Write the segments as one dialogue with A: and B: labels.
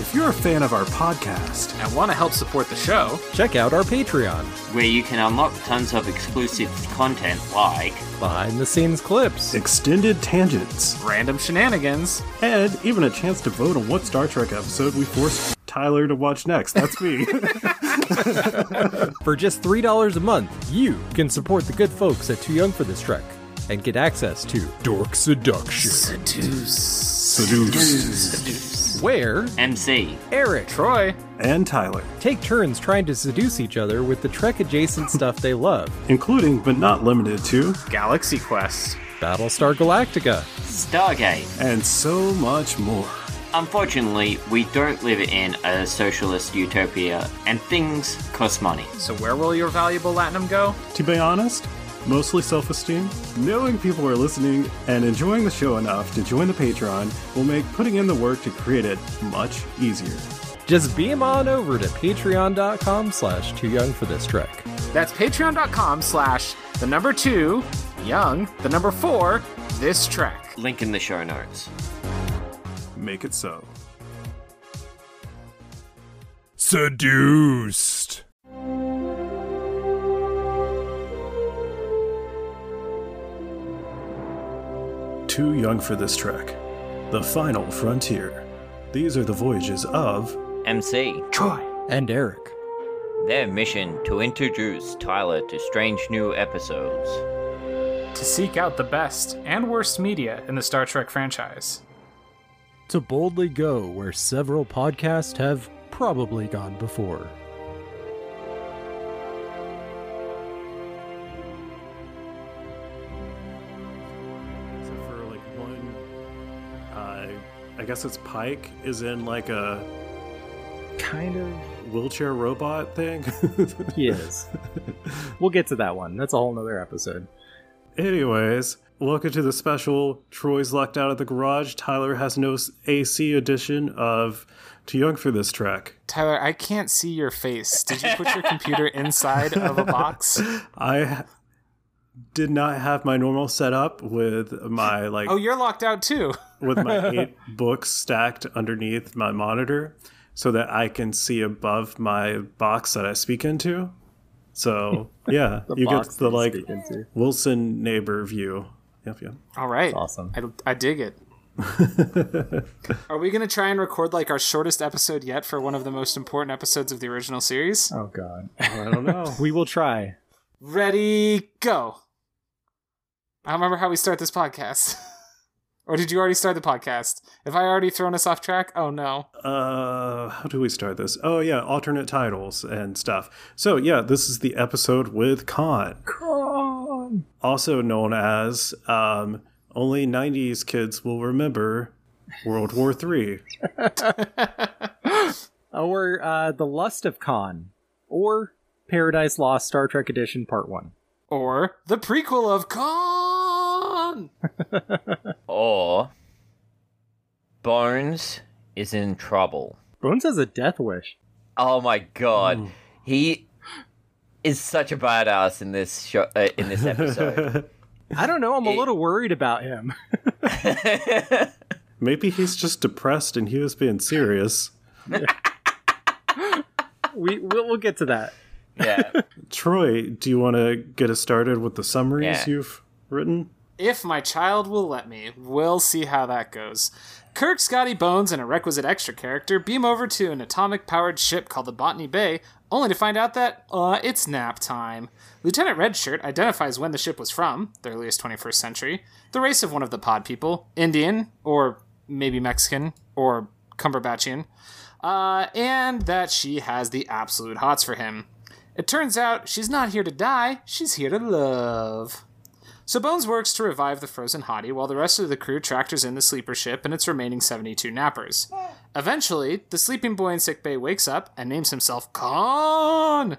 A: If you're a fan of our podcast,
B: and want to help support the show,
C: Check out our Patreon,
D: where you can unlock tons of exclusive content like
C: behind the scenes clips.
A: extended tangents,
B: random shenanigans,
A: and even a chance to vote on what Star Trek episode we forced Tyler to watch next. That's me.
C: For just $3 a month, you can support the good folks at Too Young for This Trek and get access to Dork Seduction,
A: Seduced.
C: where
D: MC,
C: Eric,
B: Troy,
A: And Tyler,
C: take turns trying to seduce each other with the Trek adjacent stuff they love
A: including but not limited to,
B: Galaxy Quest,
C: Battlestar Galactica,
D: Stargate.
A: and so much more.
D: Unfortunately, we don't live in a socialist utopia, and things cost money.
B: So where will your valuable latinum go?
A: To be honest, mostly self esteem. Knowing people are listening and enjoying the show enough to join the Patreon will make putting in the work to create it much easier.
C: Just beam on over to patreon.com slash too young for this trek.
B: That's patreon.com slash the number two, young, the number four, this track.
D: Link in the show notes.
A: Make it so.
C: Seduced.
A: Too young for this trek. The final frontier. These are the voyages of
D: MC,
A: Troy.
C: And Eric.
D: their mission to introduce Tyler to strange new episodes.
B: To seek out the best and worst media in the Star Trek franchise.
C: To boldly go where several podcasts have probably gone before.
A: Except for like one, uh, I guess it's Pike is in like a
C: Kind of.
A: wheelchair robot thing.
C: He is. we'll get to that one. That's a whole nother episode.
A: Anyways, welcome to the special Troy's Locked Out of the Garage. Tyler has no s- AC edition of Too Young for This Track.
B: Tyler, I can't see your face. Did you put your computer inside of a box?
A: I ha- did not have my normal setup with my like
B: Oh, you're locked out too.
A: with my eight books stacked underneath my monitor so that I can see above my box that I speak into. So, yeah, you get the like Wilson neighbor view. Yep, yep.
B: All right.
C: awesome.
B: I, I dig it. Are we going to try and record like our shortest episode yet for one of the most important episodes of the original series?
C: Oh god.
A: I don't know.
C: we will try.
B: Ready, go. I don't remember how we start this podcast. or did you already start the podcast? Have I already thrown us off track? Oh no.
A: uh, how do we start this? Oh, yeah, alternate titles and stuff. So, yeah, this is the episode with Khan. also known as um, only 90s kids will remember World War Three.
C: Or uh, The Lust of Khan. Or Paradise Lost Star Trek Edition Part 1.
B: Or the prequel of Khan.
D: Or Bones is in trouble.
C: Bones has a death wish.
D: Oh my god, he is such a badass in this show, uh, in this episode.
C: I don't know. I'm a little worried about him.
A: Maybe he's just depressed and he was being serious.
C: we we'll, we'll get to that.
D: yeah,
A: Troy, do you want to get us started with the summaries
D: Yeah.
A: you've written?
B: If my child will let me, we'll see how that goes. Kirk, Scotty, Bones, and a requisite extra character beam over to an atomic powered ship called the Botany Bay, only to find out that, uh, it's nap time. Lieutenant Redshirt identifies when the ship was from, the earliest 21st century, the race of one of the pod people, Indian, or maybe Mexican, or Cumberbatchian, uh, and that she has the absolute hots for him. It turns out she's not here to die, she's here to love. So Bones works to revive the frozen hottie while the rest of the crew tractors in the sleeper ship and its remaining 72 nappers. Eventually, the sleeping boy in sickbay wakes up and names himself Khan.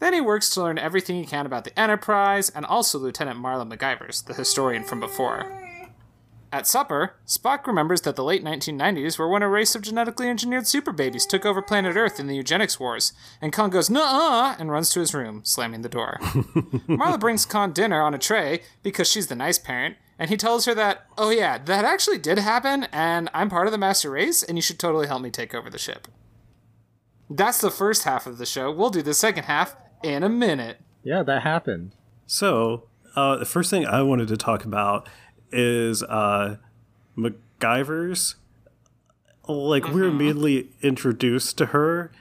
B: Then he works to learn everything he can about the Enterprise and also Lieutenant Marla MacGyvers, the historian from before. At supper, Spock remembers that the late 1990s were when a race of genetically engineered super babies took over planet Earth in the eugenics wars, and Khan goes, nuh-uh, and runs to his room, slamming the door. Marla brings Khan dinner on a tray because she's the nice parent, And he tells her that, oh yeah, that actually did happen, and I'm part of the Master Race, and you should totally help me take over the ship. That's the first half of the show. We'll do the second half in a minute.
C: Yeah, that happened.
A: So, uh, the first thing I wanted to talk about is uh, MacGyver's. Like, we're immediately introduced to her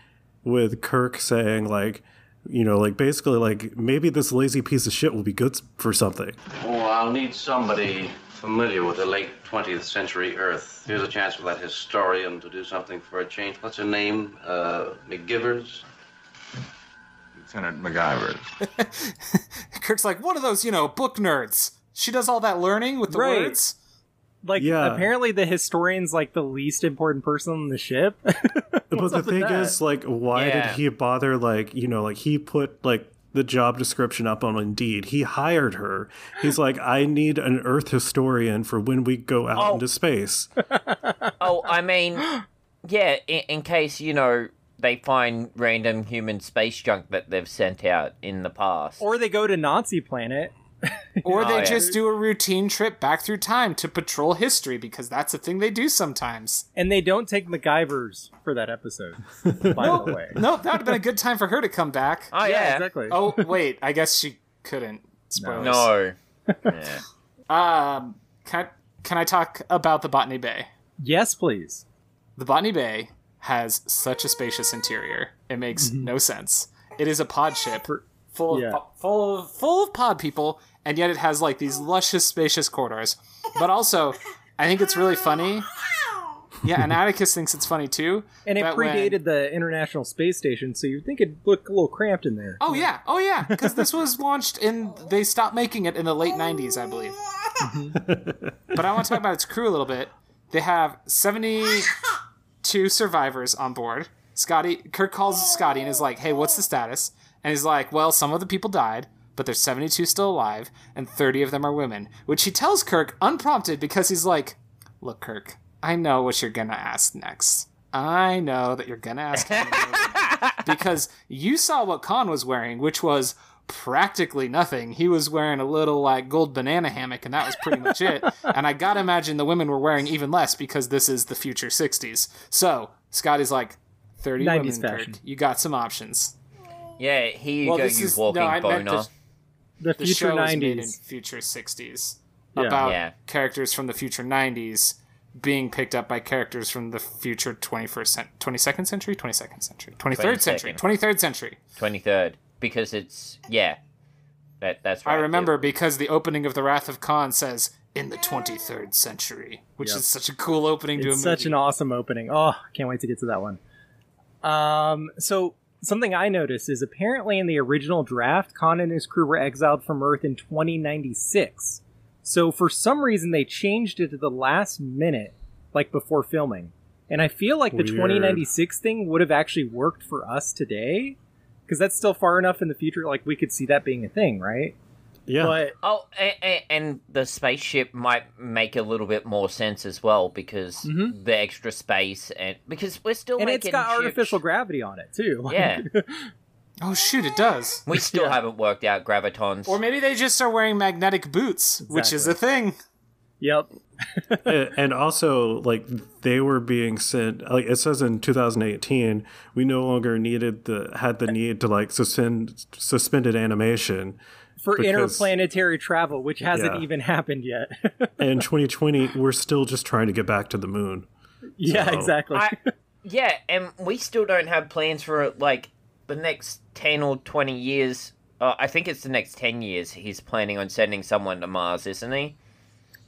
A: with Kirk saying, like, you know, like basically, like, maybe this lazy piece of shit will be good s- for something.
E: Oh, I'll need somebody familiar with the late 20th century Earth. Here's a chance for that historian to do something for a change. What's her name? Uh, McGivers?
F: Lieutenant MacGyver.
B: Kirk's like, one of those, you know, book nerds. She does all that learning with the
G: Right.
B: words.
G: Like,
A: Yeah.
G: apparently the historian's like the least important person on the ship.
A: but the
G: up with
A: thing
G: that?
A: is, like, why
D: Yeah.
A: did he bother? Like, you know, like he put like the job description up on Indeed. He hired her. He's like, I need an Earth historian for when we go out into space.
D: Oh, I mean, yeah, in, in case, you know, they find random human space junk that they've sent out in the past.
G: or they go to Nazi planet.
B: Or they
G: Oh,
D: yeah.
B: just do a routine trip back through time to patrol history because that's a thing they do sometimes.
G: And they don't take MacGyvers for that episode, by the way.
B: Nope, that would have been a good time for her to come back.
D: oh, yeah.
G: exactly.
B: Oh, wait, I guess she couldn't. Spoilers.
D: No. Yeah.
B: Um, can I, can I talk about the Botany Bay?
G: Yes, please.
B: The Botany Bay has such a spacious interior. It makes no sense. It is a pod ship full
G: Mm-hmm. yeah.
B: of po- full of full of pod people, and yet it has like these luscious, spacious corridors. But also, I think it's really funny. Yeah, and Atticus thinks it's funny too.
G: And it
B: that when-
G: predated the International Space Station, so you'd think it'd look a little cramped in there.
B: Oh yeah, oh yeah, because this was launched in they stopped making it in the late '90s, I believe. but I want to talk about its crew a little bit. They have 72 survivors on board. Scotty Kirk calls Scotty and is like, "Hey, what's the status?" And he's like, "Well, some of the people died, but there's 72 still alive, and 30 of them are women." Which he tells Kirk unprompted because he's like, "Look, Kirk, I know what you're gonna ask next. I know that you're gonna ask." how many women because you saw what Khan was wearing, which was practically nothing. He was wearing a little like gold banana hammock, and that was pretty much it. and I gotta imagine the women were wearing even less because this is the future '60s. So Scotty's like, "30 women,
G: 90s fashion.
B: Kirk. You got some options."
D: Yeah, here you
B: Well,
D: go,
B: this
D: you
B: is- no,
D: walking
B: I meant
D: boner.
B: this-
G: The
B: The
G: future
B: show is made in
G: 90s.
B: future '60s
G: Yeah.
B: about
D: Yeah.
B: characters from the future '90s being picked up by characters from the future 21st, cen- 22nd century, 22nd century, 23rd century,
D: 22nd.
B: 23rd century.
D: 23rd. Because it's, yeah. That, that's right.
B: I remember because the opening of The Wrath of Khan says in the 23rd century, which is such a cool opening to a
G: It's
B: movie.
G: such an awesome opening. Oh, can't wait to get to that one. Um, so something I noticed is apparently in the original draft, Khan and his crew were exiled from Earth in 2096. So for some reason, they changed it to the last minute, like before filming. And I feel like the
A: Weird.
G: 2096 thing would have actually worked for us today, because that's still far enough in the future, like we could see that being a thing, right?
A: Yeah.
G: But
D: Oh, and, and the spaceship might make a little bit more sense as well because
B: Mm-hmm.
G: Mhm.
D: the extra space and because we're still
G: and it's
D: making
G: got
D: ships-
G: artificial gravity on it too. Like,
D: Yeah,
B: oh, shoot, it does.
D: we still haven't worked out gravitons.
B: Or maybe they just are wearing magnetic boots, which is a thing.
G: Yep.
A: A- and also like they were being sent like it says in 2018 we no longer needed the had the need to like suspend suspended animation
G: for
A: because-
G: interplanetary travel, which hasn't
A: Yeah.
G: even happened yet.
A: in 2020 we're still just trying to get back to the moon
G: yeah,
A: So-
G: exactly.
D: I, yeah, and we still don't have plans for like the next ten or twenty years. Uh, I think it's the next ten years. He's planning on sending someone to Mars, isn't he?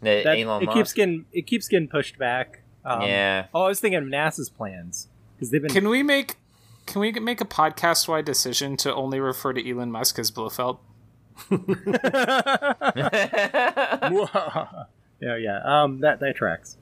D: The
G: That-
D: Elon
G: it
D: Musk.
G: keeps getting it keeps getting pushed back. Um,
D: Yeah.
G: Oh, I was thinking of NASA's plans because they've been.
B: Can we make can we make a podcast wide decision to only refer to Elon Musk as Blofeld?
G: oh yeah, um, that that tracks.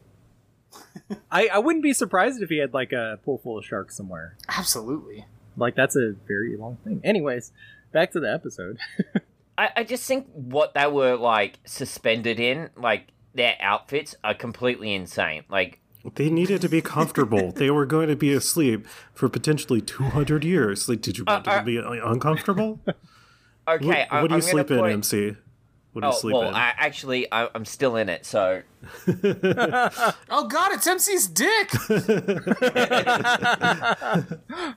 G: I I wouldn't be surprised if he had like a pool full of sharks somewhere.
B: Absolutely.
G: Like that's a very long thing. Anyways, back to the episode.
D: I, I just think what they were like suspended in, like their outfits, are completely insane. Like,
A: they needed to be comfortable they were going to be asleep for potentially 200 years like did you want
D: Uh,
A: them to be like, uncomfortable
D: okay,
A: what,
D: I,
A: what do you
D: I'm gonna
A: sleep in
D: point-
A: mc What do you
D: Oh,
A: sleep
D: well,
A: in?
D: I, actually, I, I'm still in it, so
B: Oh God, it's MC's dick.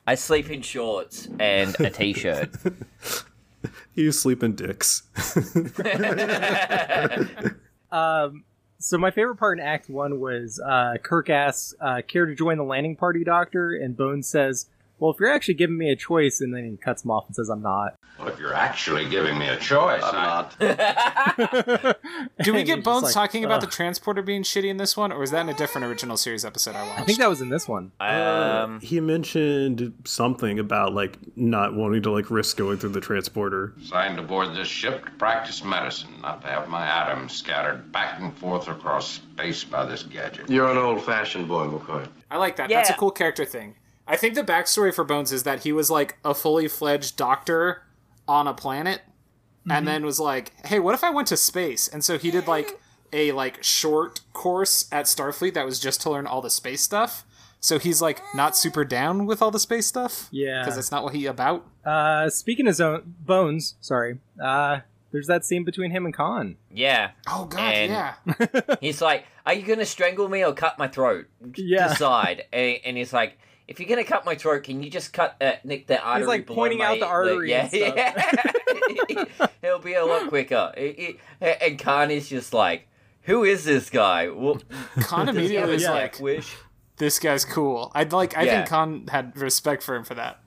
D: I sleep in shorts and a t-shirt.
A: you sleep in dicks.
G: So my favorite part in Act One was uh, Kirk asks, uh, "Care to join the landing party, Doctor?" And Bones says, "Well, if you're actually giving me a choice," and then he cuts him off and says, "I'm not."
F: Well, if you're actually giving me a choice,
E: I'm
F: I-
E: not.
B: Do we
G: And
B: get
G: it's
B: Bones
G: like,
B: talking about
G: ugh.
B: the transporter being shitty in this one, or is that in a different original series episode I
G: I
B: watched?
G: think that was in this one.
D: Um,
A: he mentioned something about like not wanting to like risk going through the transporter.
F: Signed aboard this ship to practice medicine, not to have my atoms scattered back and forth across space by this gadget.
E: You're an old-fashioned boy, McCoy.
B: I like that. That's a
D: Yeah.
B: cool character thing. I think the backstory for Bones is that he was like a fully fledged doctor on a planet,
G: Mm-hmm.
B: and then was like, "Hey, what if I went to space?" And so he did like a like short course at Starfleet that was just to learn all the space stuff. So he's like not super down with all the space stuff.
G: Yeah.
B: because that's not what he about.
G: Uh, speaking of zone- Bones, sorry. Uh, there's that scene between him and Khan.
D: yeah.
B: Oh God,
D: And-
B: yeah.
D: He's like, "Are you gonna strangle me or cut my throat?"
G: Yeah.
D: Decide. And, and he's like, "If you're gonna cut my throat, can you just cut uh, nick the artery?"
G: like,
D: below
G: pointing
D: my-
G: out the artery
D: Yeah,
G: and stuff.
D: yeah. It'll be a lot quicker. It- it- and Khan is just like, "Who is this guy?" Well,
B: Khan immediately is
G: Yeah.
B: like,
D: wish.
B: "This guy's cool." I'd like. I
D: Yeah.
B: think Khan had respect for him for that.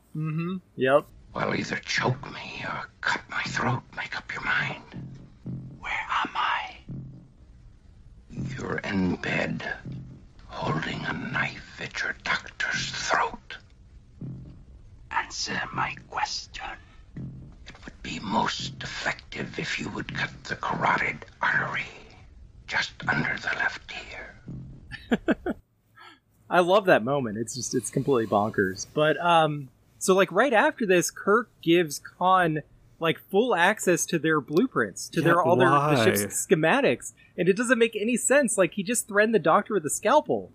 G: Yep.
F: Well, either choke me or cut my throat. Make up your mind. Where am I? You're in bed, holding a knife at your doctor's throat. Answer my question. It would be most effective if you would cut the carotid artery just under the left ear.
G: I love that moment. It's just it's completely bonkers. But um, so like right after this, Kirk gives Khan like full access to their blueprints, to
A: Yeah,
G: their all their the
A: why?
G: ship's schematics, and it doesn't make any sense. Like he just threatened the doctor with a scalpel.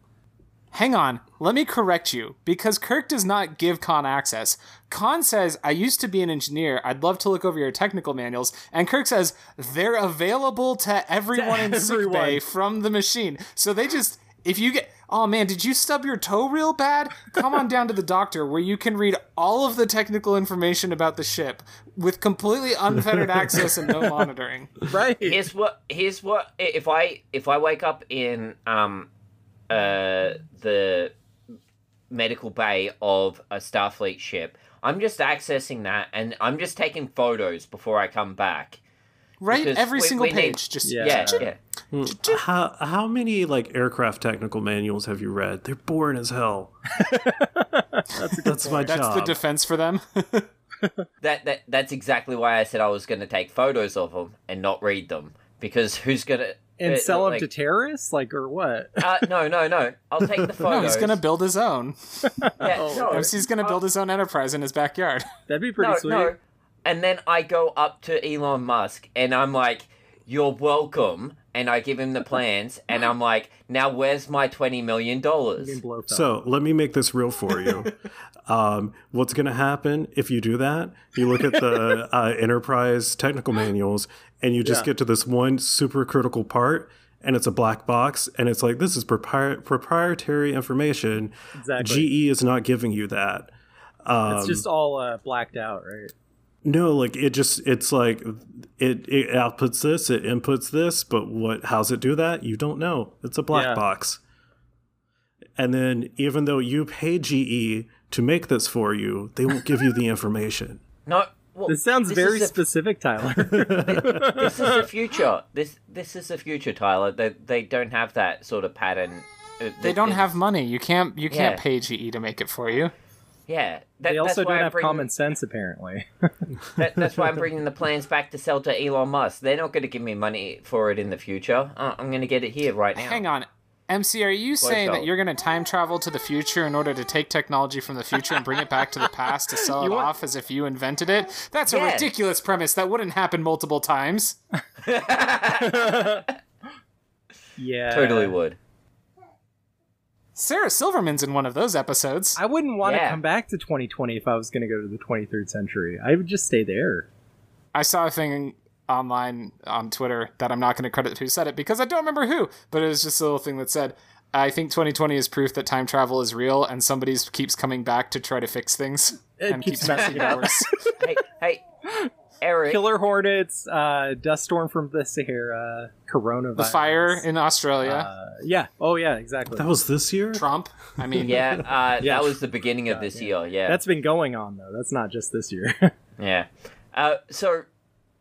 B: Hang on, let me correct you because Kirk does not give Khan access. Khan says, I used to be an engineer. I'd love to look over your technical manuals. And Kirk says, they're available to everyone in sick
G: everyone.
B: bay from the machine. So they just, if you get, oh man, did you stub your toe real bad? Come on down to the doctor where you can read all of the technical information about the ship with completely unfettered access and no monitoring.
G: Right.
D: Here's what. Here's what. i- If I if I wake up in um, uh, the medical bay of a Starfleet ship, I'm just accessing that, and I'm just taking photos before I come back.
B: Right?
D: Because
B: Every
D: we-
B: single
D: we need-
B: page. Just
G: Yeah.
D: Yeah, yeah.
A: How how many like aircraft technical manuals have you read? They're boring as hell. that's my
B: That's
A: job.
B: the defense for them.
D: That that that's exactly why I said I was going to take photos of them and not read them because who's gonna
G: And
D: uh,
G: sell him
D: like-
G: to terrorists, like or what?
D: uh, no, no, no. I'll take the photos.
B: no, Oh, he's going to build his own.
D: Yeah, no,
B: MC's gonna build his own enterprise in his backyard.
G: That'd be pretty
D: no,
G: sweet.
D: no. And then I go up to Elon Musk and I'm like, "You're welcome." And I give him the plans, and I'm like, "Now where's my twenty million dollars?"
G: Blow up.
A: So let me make this real for you. um, what's going to happen if you do that? You look at the uh, enterprise technical manuals, and you just get to this one super critical part, and it's a black box, and it's like this is propri- proprietary information.
G: Exactly.
A: GE E is not giving you that. Um,
G: it's just all uh, blacked out, right?
A: no, like it just it's like it it outputs this, it inputs this, but what how's it do that? You don't know. It's a black
G: Yeah.
A: box. And then even though you pay GE to make this for you, they won't give you the information.
D: No, well,
G: This sounds very
D: is the,
G: specific, Tyler.
D: this is the future. This this is the future, Tyler. They they don't have that sort of pattern. Uh,
B: They don't have money. You can't you can't
D: Yeah.
B: pay GE to make it for you.
D: Yeah, that,
G: they also
D: that's why
G: don't
D: I'm
G: have
D: bringing-
G: common sense, apparently.
D: That, that's why I'm bringing the plans back to sell to Elon Musk. They're not going to give me money for it in the future. Uh, I'm going to get it here right now.
B: Hang on. MC, are you saying
D: out.
B: that you're going to time travel to the future in order to take technology from the future and bring it back to the past to sell it off as if you invented it? That's a
D: Yeah.
B: ridiculous premise. That wouldn't happen multiple times.
G: yeah.
D: Totally would.
B: Sarah Silverman's in one of those episodes.
G: I wouldn't want to
D: Yeah.
G: come back to 2020 if I was going to go to the 23rd century. I would just stay there.
B: I saw a thing online on Twitter that I'm not going to credit who said it because I don't remember who, but it was just a little thing that said, I think 2020 is proof that time travel is real and somebody keeps coming back to try to fix things
G: It
B: and
G: keeps
B: keeps
G: messing
B: making
G: it
B: it
G: up.
B: worse.
D: hey, hey, Eric.
G: Killer hornets, uh, dust storm from the Sahara, coronavirus,
B: the fire in Australia,
G: Uh, yeah. Oh yeah. Exactly.
A: That was this year?
B: Trump. I mean,
D: Yeah, uh,
G: Yeah.
D: that was the beginning of this year. Yeah,
G: That's been going on though. That's not just this year.
D: yeah. Uh, so,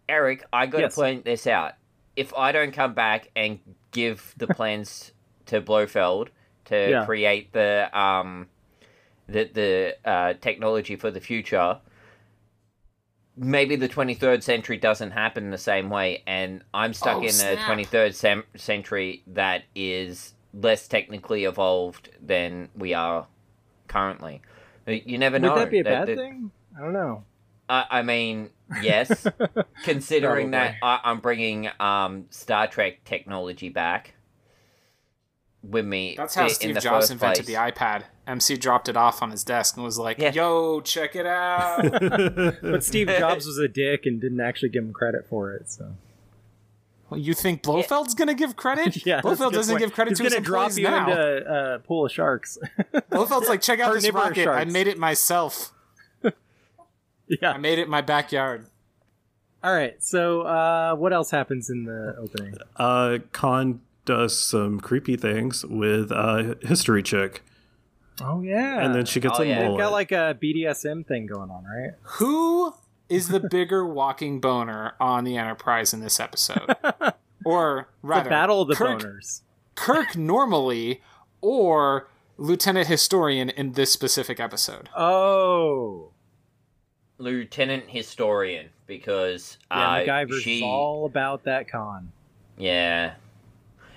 D: Eric, I got to
G: Yes.
D: point this out. If I don't come back and give the plans to Blofeld to
G: Yeah.
D: create the um, the the uh, technology for the future, maybe the twenty third century doesn't happen the same way, and I'm stuck
B: Oh,
D: in a
B: snap.
D: twenty third sem- century that is less technically evolved than we are currently. You never
G: Would
D: know.
G: that be a
D: The-
G: bad
D: the-
G: thing? I don't know.
D: I, I mean, yes. considering that I, I'm bringing um, Star Trek technology back with me.
B: That's how
D: i- in
B: Steve
D: the
B: Jobs
D: first
B: invented
D: place.
B: the iPad. MC dropped it off on his desk and was like,
D: Yeah.
B: "Yo, check it out."
G: But Steve Jobs was a dick and didn't actually give him credit for it. So
B: Well, you think Blofeld's gonna give credit?
G: yeah, that's a
B: Blofeld
G: good
B: doesn't
G: point.
B: give credit
G: He's
B: to his
G: gonna drop
B: employees
G: you
B: now.
G: into uh, pool of sharks.
B: Blofeld's like, check out this
G: Carnivore
B: rocket. I
G: sharks.
B: made it myself. I
G: yeah.
B: made it in my backyard.
G: All right. So uh, what else happens in the opening?
A: uh, Khan does some creepy things with uh, History Chick,
G: Oh yeah.
A: and then she gets
D: Oh,
A: a
D: yeah.
A: mullet.
G: They've got like a BDSM thing going on, right?
B: Who is the bigger walking boner on the Enterprise in this episode? Or rather,
G: the battle of the
B: Kirk,
G: boners.
B: Kirk normally, or Lieutenant Historian in this specific episode.
G: Oh.
D: Lieutenant Historian because
G: Yeah,
D: uh,
G: MacGyver's
D: she,
G: all about that con.
D: yeah,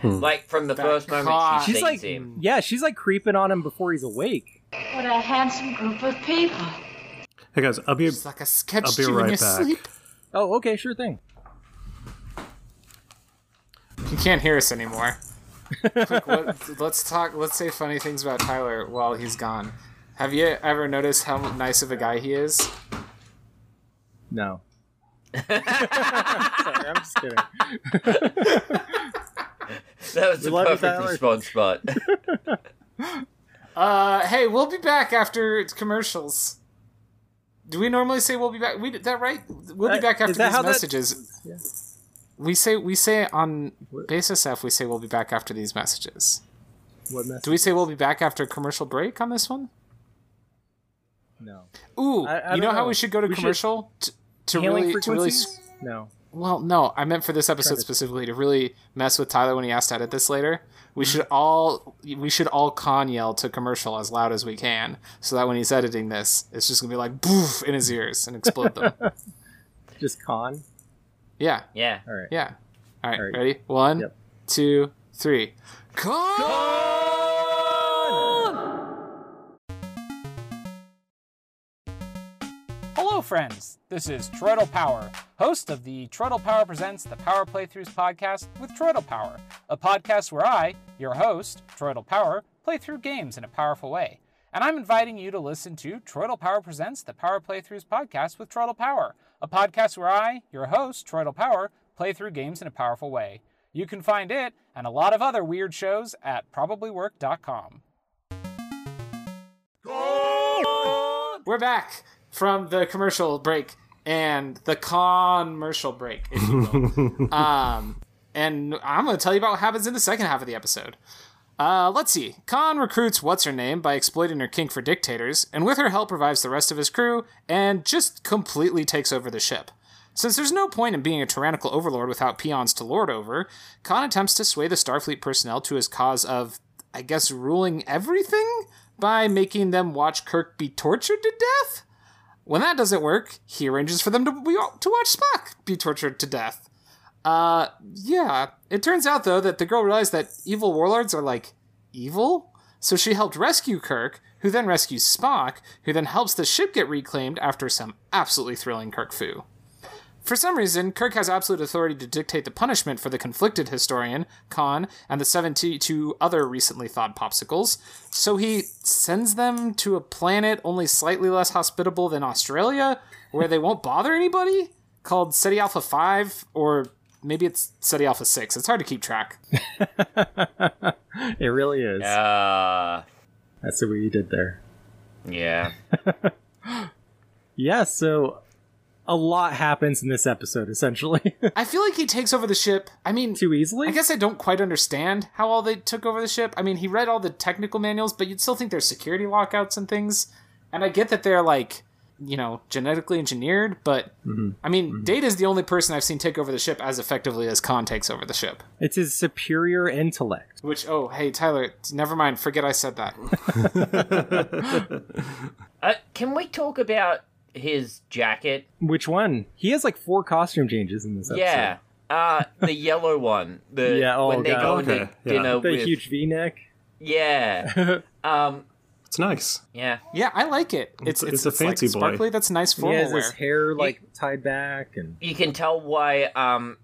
G: Hmm.
D: like from the
B: That
D: first moment
B: cock.
D: she
G: She's
D: sees
G: like,
D: him.
G: yeah, she's like creeping on him before he's awake.
H: What a handsome group of people.
A: hey guys, I'll be
B: It's like I sketched
A: I'll be
B: you in
A: right
B: your
A: back.
B: sleep.
G: Oh, okay, sure thing.
B: You can't hear us anymore. Quick, what, let's talk. Let's say funny things about Tyler while he's gone. Have you ever noticed how nice of a guy he is?
G: No. Sorry, I'm just kidding.
D: That was the
G: love you,
D: perfect
G: Tyler.
D: response, but
B: Uh, hey, we'll be back after it's commercials. Do we normally say we'll be back? We did that right? We'll be
G: Uh,
B: back
G: is
B: after
G: that
B: these
G: how that-
B: messages. We say we say on basis F we say we'll be back after these messages.
G: What mess?
B: Do we say we'll be back after a commercial break on this one?
G: No.
B: Ooh,
G: I- I
B: you know,
G: don't
B: how
G: know.
B: we should go to
G: We should-
B: commercial to, to
G: Hailing
B: really to really
G: frequencies? No.
B: Well, no, I meant for this episode specifically to really mess with Tyler when he asked to edit this later. We
G: Mm-hmm.
B: should all we should all con yell to commercial as loud as we can, so that when he's editing this, it's just gonna be like boof in his ears and explode them.
G: Just con.
B: yeah,
D: yeah.
G: All right.
B: yeah. All right,
G: All right.
B: ready? One,
G: Yep.
B: two, three. Con!
I: Hello, friends. This is Troidal Power, host of the Troidal Power Presents the Power Playthroughs podcast with Troidal Power, a podcast where I, your host, Troidal Power, play through games in a powerful way. And I'm inviting you to listen to Troidal Power Presents the Power Playthroughs podcast with Troidal Power, a podcast where I, your host, Troidal Power, play through games in a powerful way. You can find it and a lot of other weird shows at probablywork.com.
B: We're back from the commercial break and the commercial break, if you will. um, and I'm going to tell you about what happens in the second half of the episode. Uh, let's see. Khan recruits What's Her Name by exploiting her kink for dictators, and with her help, revives the rest of his crew and just completely takes over the ship. Since there's no point in being a tyrannical overlord without peons to lord over, Khan attempts to sway the Starfleet personnel to his cause of, I guess, ruling everything? by making them watch Kirk be tortured to death? When that doesn't work, he arranges for them to, be, to watch Spock be tortured to death. Uh, yeah. It turns out, though, that the girl realized that evil warlords are like evil? So she helped rescue Kirk, who then rescues Spock, who then helps the ship get reclaimed after some absolutely thrilling Kirk foo. For some reason, Kirk has absolute authority to dictate the punishment for the conflicted historian, Khan, and the 72 other recently thawed popsicles, so he sends them to a planet only slightly less hospitable than Australia, where they won't bother anybody? called SETI Alpha 5, or maybe it's SETI Alpha 6. It's hard to keep track.
G: it really is.
D: Uh,
G: That's what you did there.
D: yeah.
G: Yeah, so a lot happens in this episode, essentially.
B: I feel like he takes over the ship. I mean,
G: Too easily?
B: I guess I don't quite understand how all they took over the ship. I mean, he read all the technical manuals, but you'd still think there's security lockouts and things. And I get that they're like, you know, genetically engineered, but
A: Mm-hmm.
B: I mean, Data's the only person I've seen take over the ship as effectively as Khan takes over the ship.
G: It's his superior intellect.
B: Which, oh, hey, Tyler, t- never mind. Forget I said that.
D: Uh, can we talk about his jacket?
G: Which one? He has like four costume changes in this episode.
D: Yeah. Uh, the yellow one. The,
G: Yeah, oh,
D: when they
G: God.
D: go to
A: Okay, yeah.
D: dinner
G: The
D: with.
G: huge V neck.
D: Yeah. um,
A: It's nice.
D: yeah.
B: yeah, I like it.
A: It's-
B: It's, it's,
A: it's
B: it's,
A: a fancy
B: like
A: boy.
B: sparkly. That's nice
G: He
B: formal
G: has
B: wear.
G: his hair like tied back and
D: You can tell why um,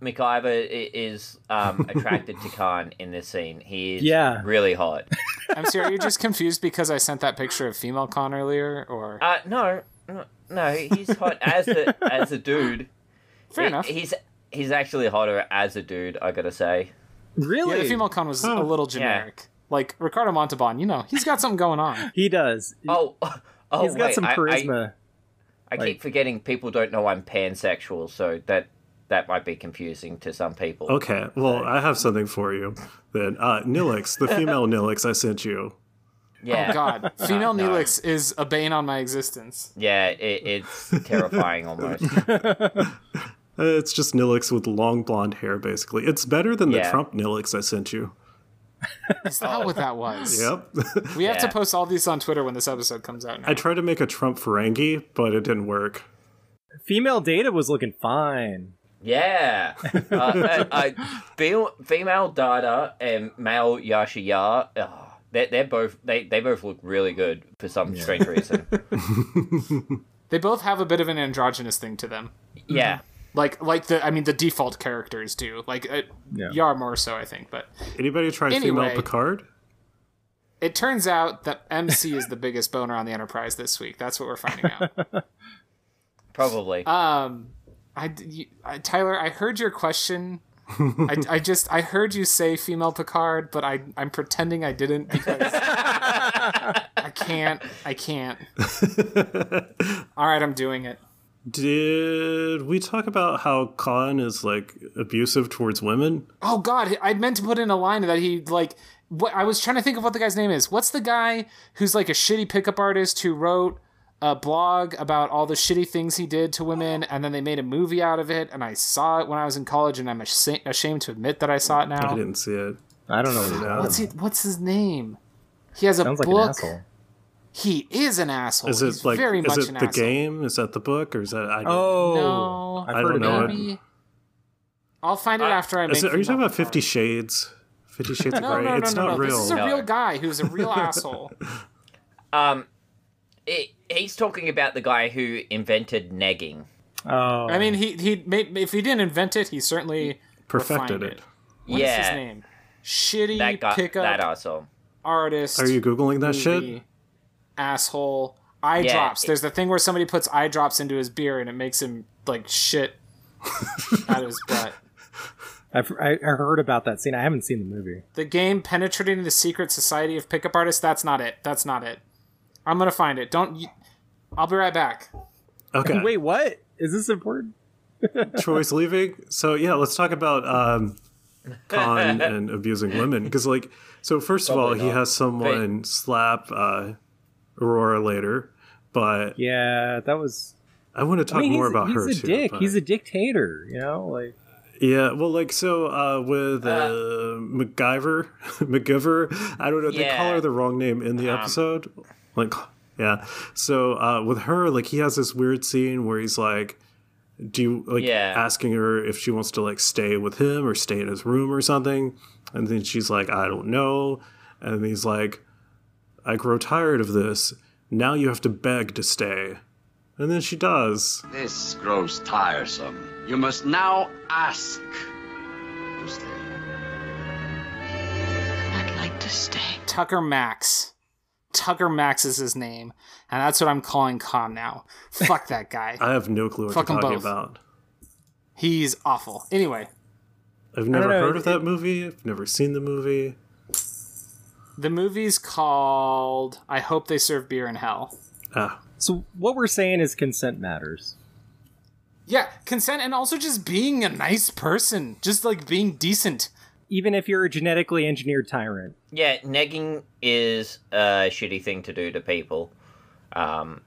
D: MacGyver i- is um, attracted to Khan in this scene. He is
G: Yeah.
D: really hot.
B: I'm sorry, you're just confused because I sent that picture of female Khan earlier, or
D: Uh, no, no, no, he's hot as a as a dude.
B: fair
D: He-
B: enough.
D: He's he's actually hotter as a dude. I gotta say.
B: yeah,
G: really
B: the female Khan was a
A: Huh.
B: little generic. Like Ricardo Montalban, you know, he's got something going on.
G: he does.
D: Oh, oh,
G: He's got
D: wait,
G: some
D: I- I-
G: charisma.
D: I,
G: like-
D: keep forgetting people don't know I'm pansexual, so that that might be confusing to some people.
A: Okay, well, I have something for you then. Uh, Nilix, the female Nilix I sent you.
D: Yeah.
B: Oh God, female
D: no.
B: Neelix is a bane on my existence.
D: Yeah, it, it's terrifying almost.
A: Uh, It's just Nilix with long blonde hair, basically. It's better than the
D: Yeah.
A: Trump Nilix I sent you.
B: Is that what that was?
A: Yep.
B: We have to
D: Yeah.
B: post all these on Twitter when this episode comes out. Now.
A: I tried to make a Trump Ferengi, but it didn't work.
G: Female data was looking fine.
D: Yeah. Uh, uh, uh, fem- female Dada and male Yashiya, oh, they're, they're both, they, they both look really good for some strange reason.
B: They both have a bit of an androgynous thing to them.
D: yeah.
B: Like, like the, I mean, the default characters do. Like, uh,
G: Yeah.
B: Yar more so, I think. But
A: Anybody tried
B: Anyway.
A: female Picard?
B: it turns out that MC is the biggest boner on the Enterprise this week. That's what we're finding out.
D: Probably.
B: Um, I, d- you, I Tyler, I heard your question. I, I just I heard you say female Picard, but I I'm pretending I didn't because I can't I can't. All right, I'm doing it.
A: Did we talk about how Khan is like abusive towards women?
B: Oh God, I meant to put in a line that he like. What I was trying to think of what the guy's name is. What's the guy who's like a shitty pickup artist who wrote a blog about all the shitty things he did to women, and then they made a movie out of it. And I saw it when I was in college, and I'm asha- ashamed to admit that I saw it now.
A: I didn't see it.
G: I don't know what he does.
B: What's he, What's his name? He has a
G: Sounds like
B: book.
G: an asshole.
B: He is an asshole.
A: Is it
B: Oh, He's
A: like
B: very
A: is
B: much
A: it
B: an
A: the
B: asshole.
A: game? Is that the book or is that I don't
G: Oh,
B: No.
G: I've
A: I
G: heard
A: don't know
G: of
A: it.
G: that.
B: Maybe. I'll find it after I make.
A: Is it, are you
B: Female
A: talking about
B: Picard.
A: Fifty Shades? Fifty Shades of
B: No,
A: Grey.
B: no, no,
A: it's
B: no,
A: not
B: no.
A: real.
B: This is a
D: No.
B: real guy who's a real asshole.
D: um, it, he's talking about the guy who invented negging.
G: Oh,
B: I mean, he he made if he didn't invent it, he certainly
A: Perfected
B: refined
A: it.
B: What's
D: yeah.
B: his name? Shitty
D: That guy,
B: pickup
D: that asshole.
B: artist.
A: Are you googling that
B: movie
A: shit?
B: Asshole. Eye
D: Yeah,
B: drops.
D: it-
B: There's the thing where somebody puts eye drops into his beer and it makes him like shit out of his butt.
G: I've I, I heard about that scene. I haven't seen the movie.
B: The game penetrating the secret society of pickup artists. That's not it. That's not it. I'm gonna find it. Don't. You... I'll be right back.
A: Okay.
G: Wait, what? Is this important?
A: Troy's leaving. So yeah, let's talk about um, Khan and abusing women because like so first of all he has someone slap uh, Aurora later, but
G: Yeah, that was.
A: I want to talk
G: I mean,
A: more
G: he's,
A: about
G: he's
A: her
G: a
A: too.
G: dick.
A: but-
G: He's a dictator. You know, like
A: yeah, well, like so uh, with uh, MacGyver, McGiver. I don't know. They call
D: Yeah. Uh-huh.
A: her the wrong name in the episode. Like yeah, so uh, with her, like he has this weird scene where he's like. do you like
D: Yeah.
A: asking her if she wants to like stay with him or stay in his room or something and then she's like i don't know and he's like i grow tired of this now you have to beg to stay and then she does
F: This grows tiresome. You must now ask to stay.
H: I'd like to stay.
B: Tucker Max. Tucker Max is his name, and that's what I'm calling Khan now. Fuck that guy.
A: I have no clue what
B: Fuck 'em
A: you're talking
B: both.
A: about.
B: He's awful. Anyway,
A: I've never
G: know,
A: heard
G: it-
A: of that movie. I've never seen the movie.
B: the movie's called I Hope They Serve Beer in Hell.
A: Ah,
G: So what we're saying is consent matters.
B: Yeah, consent and also just being a nice person, just like being decent.
G: Even if you're a genetically engineered tyrant.
D: Yeah, negging is a shitty thing to do to people. Um,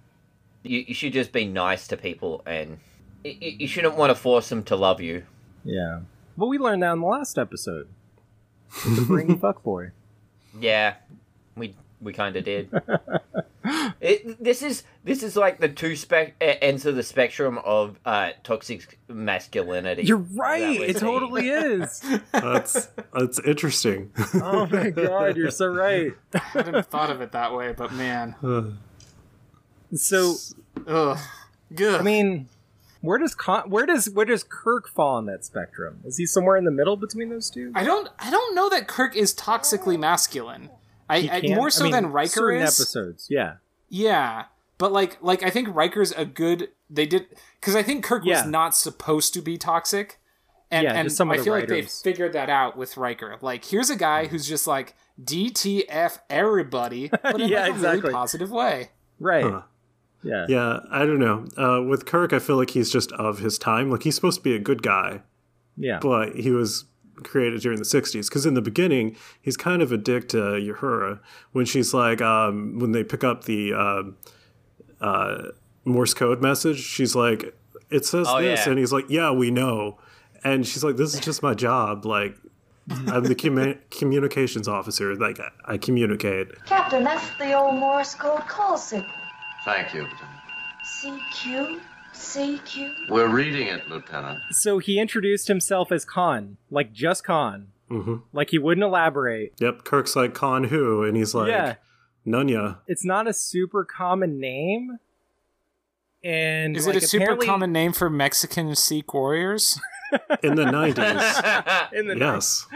D: you, you should just be nice to people, and you, you you shouldn't want to force them to love you.
G: Yeah. Well, we learned that in the last episode. The brainy fuckboy.
D: Yeah, we we kind of did. it, this is this is like the two spec uh, ends of the spectrum of uh, toxic masculinity.
G: You're
D: that
G: right.
D: we're
G: It
D: seeing.
G: totally is.
A: that's that's interesting.
G: oh my god, you're so right.
B: I hadn't thought of it that way, but man.
G: So
B: Ugh. Good.
G: I mean, where does Con- where does where does Kirk fall on that spectrum? Is he somewhere in the middle between those two?
B: I don't I don't know that Kirk is toxically masculine. I,
G: He
B: I
G: can-
B: more so
G: I mean,
B: than Riker
G: certain
B: is.
G: episodes. Yeah,
B: Yeah. But like like I think Riker's a good they did cuz I think Kirk
G: Yeah.
B: was not supposed to be toxic. And
G: Yeah,
B: and
G: just some of
B: I
G: the
B: feel like they
G: writers.
B: figured that out with Riker. Like here's a guy who's just like DTF everybody, but in
G: Yeah,
B: like, a
G: exactly.
B: really positive way.
G: right.
A: Huh.
G: Yeah.
A: Yeah, I don't know. Uh, with Kirk, I feel like he's just of his time. Like he's supposed to be a good guy,
G: yeah,
A: but he was created during the 60s because in the beginning he's kind of a dick to Uhura when she's like um, when they pick up the um uh, Morse code message she's like it says
D: Oh,
A: this
D: yeah.
A: and he's like yeah we know and she's like this is just my job like I'm the commu- communications officer like I, I communicate
H: Captain, that's the old Morse code call signal.
E: Thank you, Lieutenant.
H: CQ, CQ.
E: We're reading it, Lieutenant.
G: So he introduced himself as Khan, like just Khan,
A: Mhm.
G: like he wouldn't elaborate.
A: yep Kirk's like con who and he's like
G: yeah,
A: Nunya
G: it's not a super common name. And
B: Is
G: like,
B: it a super
G: apparently-
B: common name for Mexican Sikh warriors?
A: in the 90s
G: in the
A: yes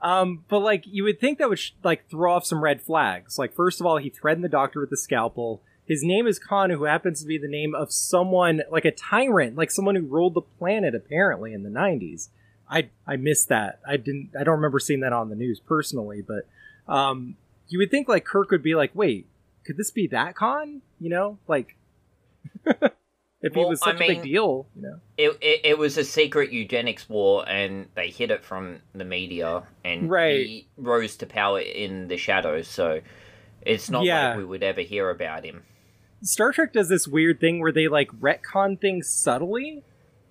G: Um, but like you would think that would sh- like throw off some red flags. Like first of all, he threatened the doctor with the scalpel. His name is Khan, who happens to be the name of someone like a tyrant, like someone who ruled the planet apparently in the '90s. I I missed that. I didn't. I don't remember seeing that on the news personally. But um, you would think like Kirk would be like, wait, could this be that Khan? You know, like if he
D: Well,
G: was
D: I
G: such a
D: mean-
G: big deal. You know,
D: It, it, it was a secret eugenics war, and they hid it from the media. And
G: Right.
D: he rose to power in the shadows, so it's not
G: Yeah.
D: like we would ever hear about him.
G: Star Trek does this weird thing where they like retcon things subtly.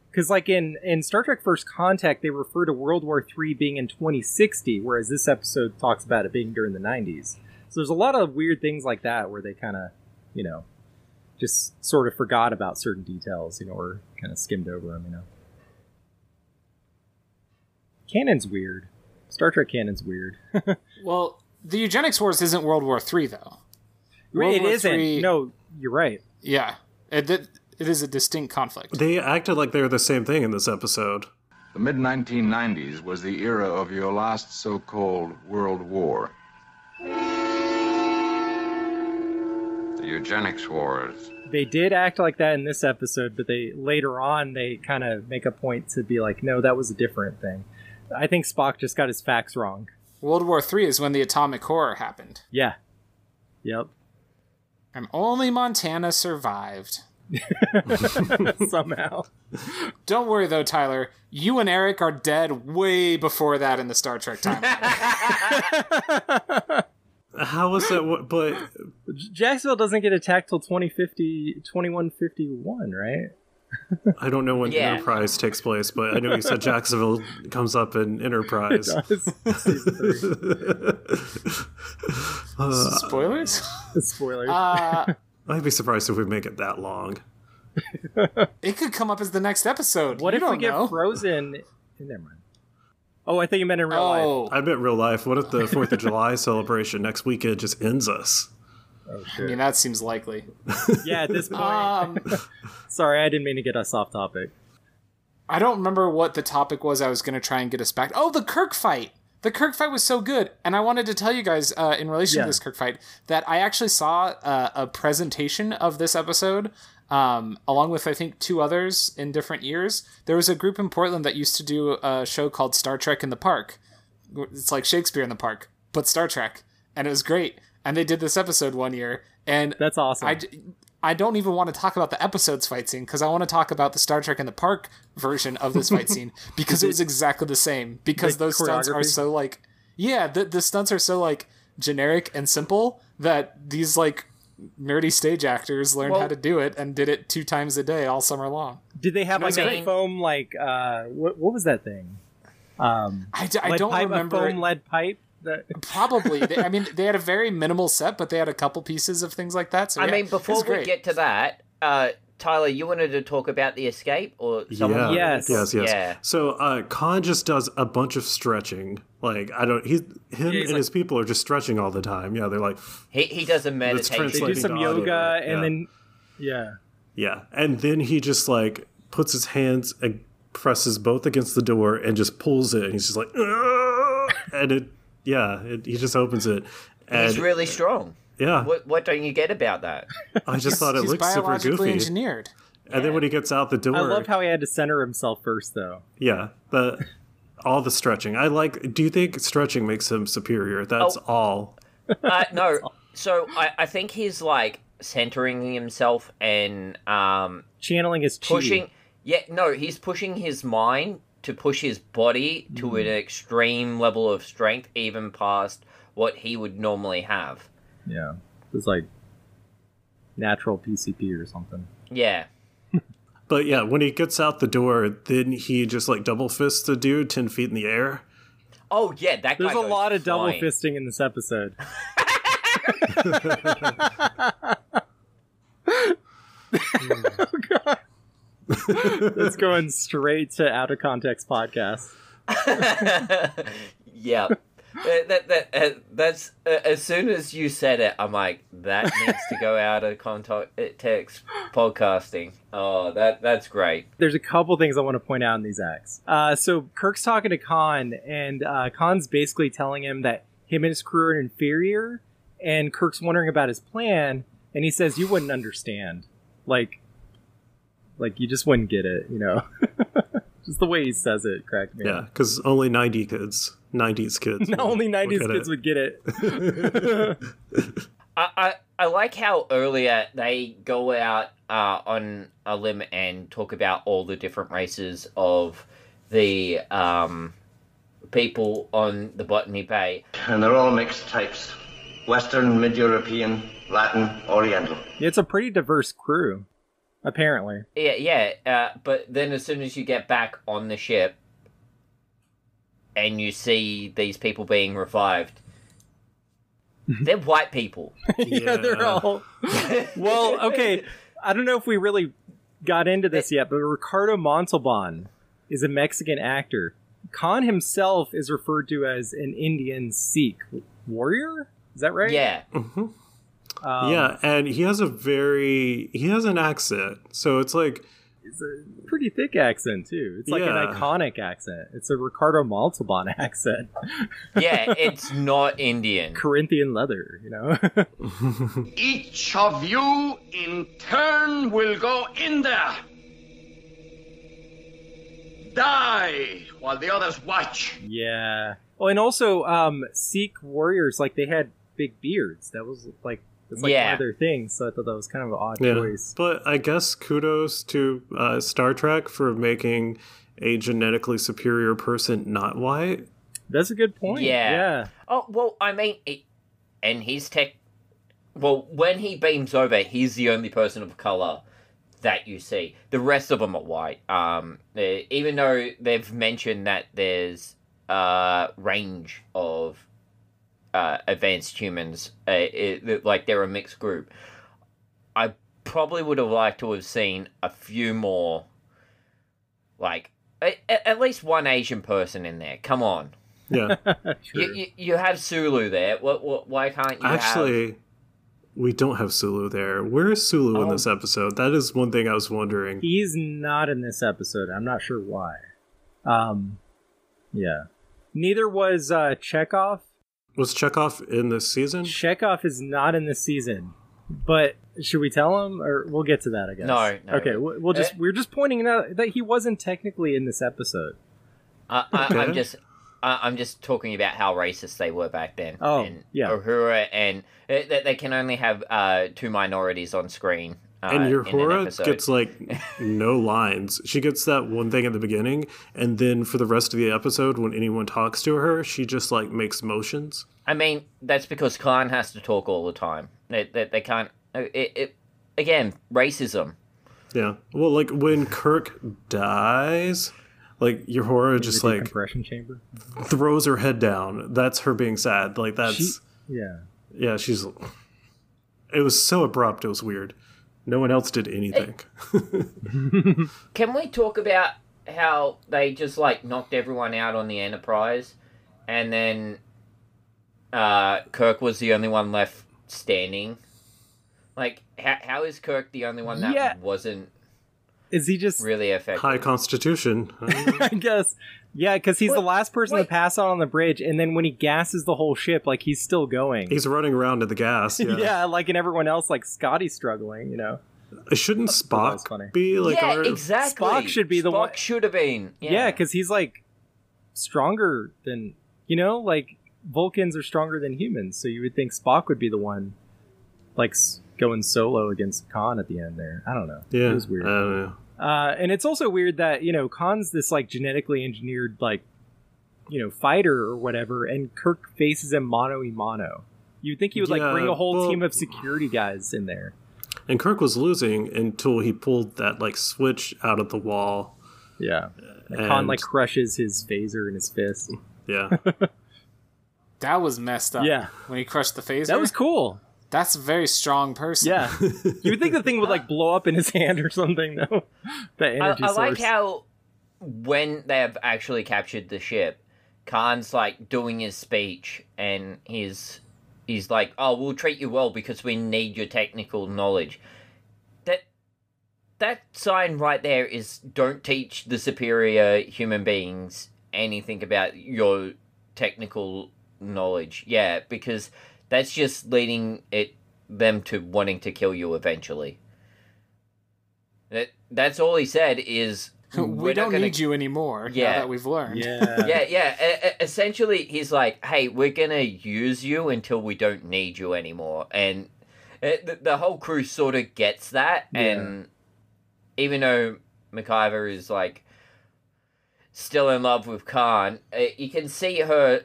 G: Because like in in Star Trek First Contact, they refer to World War III being in 2060, whereas this episode talks about it being during the 90s. So there's a lot of weird things like that where they kind of, you know, just sort of forgot about certain details, you know, or kind of skimmed over them, you know. Canon's weird. Star Trek canon's weird.
B: Well, the eugenics wars isn't World War Three though. World
G: it
B: War
G: isn't.
B: III
G: No, you're right.
B: Yeah, it, it, it is a distinct conflict.
A: They acted like they were the same thing in this episode.
F: The mid 1990s was the era of your last so called world war.
E: The eugenics wars.
G: they did act like that in this episode, but they later on they kind of make a point to be like, no, that was a different thing. I think Spock just got his facts wrong.
B: World War Three is when the atomic horror happened,
G: Yeah. Yep.
B: and only Montana survived.
G: Somehow.
B: Don't worry though, Tyler. You and Eric are dead way before that in the Star Trek timeline.
A: How is that? What, but
G: Jacksonville doesn't get attacked till 2050, 2151, right?
A: I don't know when
D: Yeah.
A: Enterprise takes place. But I know you said Jacksonville comes up in Enterprise. Uh,
B: Spoilers.
G: Spoiler.
B: Uh,
A: I'd be surprised if we make it that long.
B: it could come up as the next episode.
G: what
B: You
G: if we
B: don't
G: get
B: know.
G: frozen? Eh, Never mind. Oh, I thought you meant in real life.
B: Oh,
A: I bet real life. What if the Fourth of July celebration next weekend just ends us?
B: I mean that seems likely.
G: Yeah, at this point.
B: Um,
G: Sorry, I didn't mean to get us off topic.
B: I don't remember what the topic was. I was going to try and get us back. Oh, the Kirk fight. The Kirk fight was so good, and I wanted to tell you guys uh, in relation
G: Yeah.
B: to this Kirk fight that I actually saw uh, a presentation of this episode um, along with I think two others in different years. There was a group in Portland that used to do a show called Star Trek in the Park. It's like Shakespeare in the Park, but Star Trek, and it was great. And they did this episode one year, and
G: That's awesome.
B: I, d- I don't even want to talk about the episode's fight scene because I want to talk about the Star Trek in the Park version of this fight scene because it was exactly the same. Because
G: The
B: those stunts are
G: choreography?
B: so like, yeah, the, the stunts are so like generic and simple that these like nerdy stage actors learned how
D: Well-
B: to do it and did it two times a day all summer long.
G: Did they have
D: No,
G: like
D: I
G: a
D: mean-
G: foam like uh what, what was that thing? Um,
B: I, d- I
G: lead
B: don't
G: pipe,
B: remember.
G: a foam lead pipe. That,
B: Probably. They, I mean, they had a very minimal set, but they had a couple pieces of things like that. So
D: I
B: yeah,
D: mean,
B: it was
D: before we
B: great.
D: get to that, uh, Tyler, you wanted to talk about the escape or someone?
A: Yeah.
G: Yes.
A: Yes. Yes.
D: Oh, Yeah.
A: So uh, Khan just does a bunch of stretching. Like I don't. He, him, and
G: like-
A: his people are just stretching all the time. Yeah. They're like,
D: He, he does a
G: they
D: meditation.
A: translate-
G: do
A: Sleeping
G: some
A: dog,
G: yoga
A: yeah.
G: and then yeah.
A: yeah. And then he just like puts his hands and presses both against the door and just pulls it. And he's just like, "Ugh," and it. Yeah. It, he just opens it. And
D: He's really strong.
A: yeah.
D: What, what don't you get about that?
A: I just thought it
B: He's
A: looked super
B: biologically
A: goofy.
B: engineered.
A: And then when he gets out the door,
G: I loved how he had to center himself first though.
A: yeah, the all the stretching. I like. Do you think stretching makes him superior? That's
D: Oh.
A: all.
D: Uh, no, so I, I think he's like centering himself and um,
G: Channeling his chi.
D: pushing. Yeah, no, he's pushing his mind to push his body to
G: Hmm.
D: an extreme level of strength, even past what he would normally have.
G: Yeah. It's like natural PCP or something.
D: Yeah.
A: But yeah, when he gets out the door, then he just like double fists the dude ten feet in the air.
D: Oh yeah, that.
G: There's
D: guy
G: a
D: goes
G: lot of double
D: flying.
G: fisting in this episode. It's Oh, going straight to out of context podcast.
D: Yeah. Uh, that, that, uh, that's uh, as soon as you said it, I'm like, that needs to go out of contact uh, text podcasting. Oh, that that's great.
G: there's a couple things I want to point out in these acts. Uh, so Kirk's talking to Khan, and uh, Khan's basically telling him that him and his crew are inferior, and Kirk's wondering about his plan, and he says, "You wouldn't understand, like, like you just wouldn't get it, you know." just the way he says it cracked me.
A: Yeah, because only ninety kids, nineties kids,
G: Not only '90s kids
A: would.
G: would get it.
D: I, I I like how earlier they go out uh, on a limb and talk about all the different races of the um, people on the Botany Bay.
E: And they're all mixed types Western, Mid European, Latin, Oriental.
G: It's a pretty diverse crew, apparently.
D: Yeah, yeah. Uh, but then as soon as you get back on the ship and you see these people being revived, they're white people.
G: Yeah, they're all. well, okay. I don't know if we really got into this yet, but Ricardo Montalban is a Mexican actor. Khan himself is referred to as an Indian Sikh warrior. Is that right?
D: Yeah.
G: Um,
A: yeah, and he has a very he has an accent, so it's like
G: It's a pretty thick accent too. It's like
A: Yeah.
G: an iconic accent. It's a Ricardo Montalban accent.
D: Yeah, it's not Indian.
G: Corinthian leather, you know.
F: Each of you in turn will go in there. Die while the others watch.
G: yeah. Oh, and also um Sikh warriors like they had big beards. That was like that's like one
D: Yeah.
G: of their things. So I thought that was kind of an odd
A: yeah.
G: choice.
A: But I guess kudos to uh, Star Trek for making a genetically superior person not white.
G: That's a good point.
D: Yeah.
G: Yeah.
D: Oh, well, I mean, it, and he's tech. Well, when he beams over, he's the only person of color that you see. The rest of them are white. Um, eh, even though they've mentioned that there's a range of uh, advanced humans, uh, it, that, like they're a mixed group. I probably would have liked to have seen a few more, like a, a- at least one Asian person in there. Come on.
A: Yeah,
D: You, you, you have Sulu there. What, what, why can't you have...
A: actually. We don't have Sulu there. Where is Sulu in
D: Oh.
A: this episode? That is one thing I was wondering.
G: He's not in this episode. I'm not sure why. Um yeah. Neither was uh, Chekhov.
A: Was Chekhov in this season?
G: Chekhov is not in this season, but should we tell him, or we'll get to that? I guess.
D: No, no.
G: Okay. We'll, we'll just
D: Eh?
G: we're just pointing out that he wasn't technically in this episode.
D: I, I,
A: Okay.
D: I'm just, I, I'm just talking about how racist they were back then.
G: Oh,
D: and
G: yeah.
D: Uhura and eh, they, they can only have uh, two minorities on screen. Uh,
A: and your
D: in an
A: Hora
D: episode.
A: gets like no lines. She gets that one thing at the beginning, and then for the rest of the episode, when anyone talks to her, she just like makes motions.
D: I mean, that's because Khan has to talk all the time. They, they, they can't. eh, It, it, again, racism.
A: Yeah. Well, like when Kirk dies, like your Hora just like
G: compression chamber.
A: throws her head down. That's her being sad. Like that's
G: She, yeah.
A: yeah. She's. It was so abrupt. It was weird. No one else did anything.
D: Can we talk about how they just like knocked everyone out on the Enterprise, and then uh, Kirk was the only one left standing? Like, how, how is Kirk the only one that
G: Yeah.
D: wasn't
G: Is he just?
D: really affected?
A: High Constitution.
G: I guess. Yeah, because he's the
D: Wait,
G: last person to
D: wait.
G: pass out on the bridge, and then when he gasses the whole ship, like he's still going.
A: He's running around at the gas.
G: yeah.
A: Yeah.
G: like and everyone else, like Scotty's struggling. You know.
A: Shouldn't
G: was funny.
A: Spock be like
D: yeah,
A: our-
D: exactly.
G: Spock should be the
D: Spock
G: one-
D: should have been.
G: Yeah, because he's like stronger than you know, like Vulcans are stronger than humans, so you would think Spock would be the one like s- going solo against Khan at the end there. I don't know.
A: Yeah.
G: it was weird.
A: I don't know.
G: Uh, and it's also weird that you know Khan's this like genetically engineered like you know fighter or whatever, and Kirk faces him mano a mano. You'd think he would like
A: Yeah,
G: bring a whole
A: well-
G: team of security guys in there.
A: And Kirk was losing until he pulled that like switch out of the wall.
G: Yeah, and Khan
A: And-
G: like crushes his phaser in his fist.
A: Yeah.
B: That was messed up.
G: Yeah.
B: When he crushed the phaser.
G: That was cool.
B: That's a very strong person.
G: Yeah. you would think the thing would like blow up in his hand or something, though. The
D: I,
G: energy
D: I
G: source.
D: like how when they have actually captured the ship, Khan's like doing his speech and he's he's like, "Oh, we'll treat you well because we need your technical knowledge." That that sign right there is don't teach the superior human beings anything about your technical knowledge. Yeah, because that's just leading it them to wanting to kill you eventually. That that's all he said is
B: We
D: "We're not
B: don't
D: gonna-
B: need you anymore now
D: Yeah.
B: that we've learned.
G: Yeah.
D: Yeah, yeah. e- e- essentially, he's like, "Hey, we're gonna use you until we don't need you anymore," and it, the, the whole crew sort of gets that. And even though McIver is like still in love with Khan, uh, you can see her.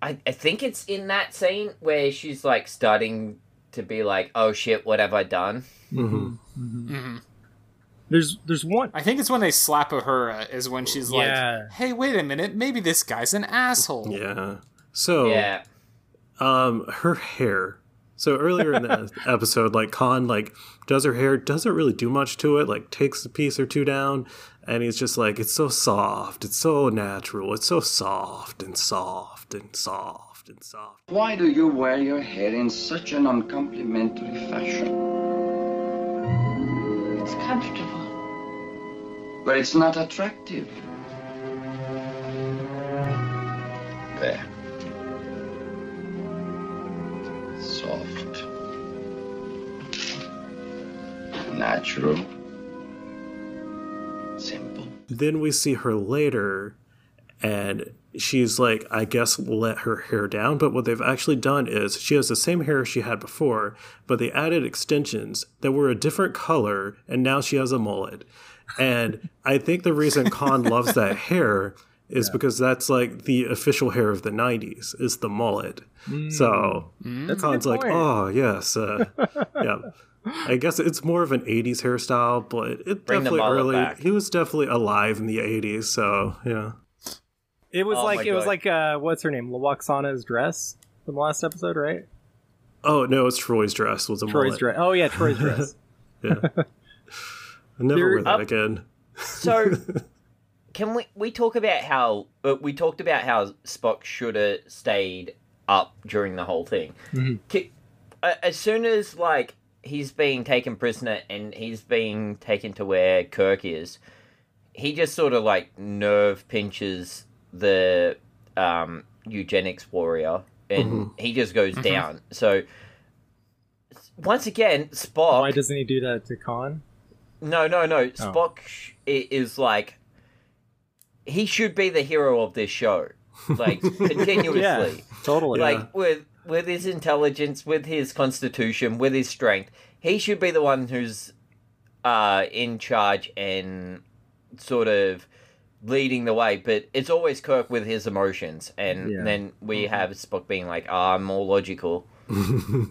D: I, I think it's in that scene where she's like starting to be like, "Oh shit, what have I done?"
A: hmm
B: hmm
G: There's there's one.
B: I think it's when they slap Uhura is when she's
G: Yeah.
B: like, "Hey, wait a minute, maybe this guy's an asshole."
A: Yeah. So
D: Yeah,
A: um her hair. So earlier in the episode, like Khan like does her hair, doesn't really do much to it, like takes a piece or two down, and he's just like, It's so soft, it's so natural, it's so soft and soft and soft and soft.
F: Why do you wear your hair in such an uncomplimentary fashion?
H: It's comfortable.
F: But it's not attractive. There. Soft. Natural. Simple.
A: then we see her later and she's like i guess let her hair down but what they've actually done is she has the same hair she had before but they added extensions that were a different color and now she has a mullet and i think the reason khan loves that hair is because that's like the official hair of the 90s is the mullet so
D: Mm.
G: That's a good
A: khan's like
G: point.
A: oh yes uh, yeah I guess it's more of an '80s hairstyle, but it
D: Bring the
A: definitely
D: mullet
A: early.
D: back.
A: He was definitely alive in the '80s, so yeah.
G: It was
D: Oh
G: like
D: my
G: it was
D: God.
G: like uh, what's her name? Lawaksana's dress from the last episode, right?
A: Oh no, it's Troy's dress was a
G: Troy's
A: mullet.
G: dress. Oh yeah, Troy's dress.
A: I never
G: There- Oh.
A: wear that again.
D: So, can we we talk about how uh, we talked about how Spock should have stayed up during the whole thing? Ki- uh, as soon as like he's being taken prisoner and he's being taken to where Kirk is, he just sort of like nerve pinches the um, eugenics warrior, and he just goes down. So once again, Spock.
G: Why doesn't he do that to Khan?
D: No, no,
G: Oh.
D: no. Spock sh- i- is like he should be the hero of this show, like continuously.
G: Yeah, totally.
D: Like with with his intelligence, with his constitution, with his strength, he should be the one who's uh, in charge and sort of leading the way. But it's always Kirk with his emotions, and
G: Yeah. Mm-hmm.
D: then we have Spock being like, "Ah, I'm more logical."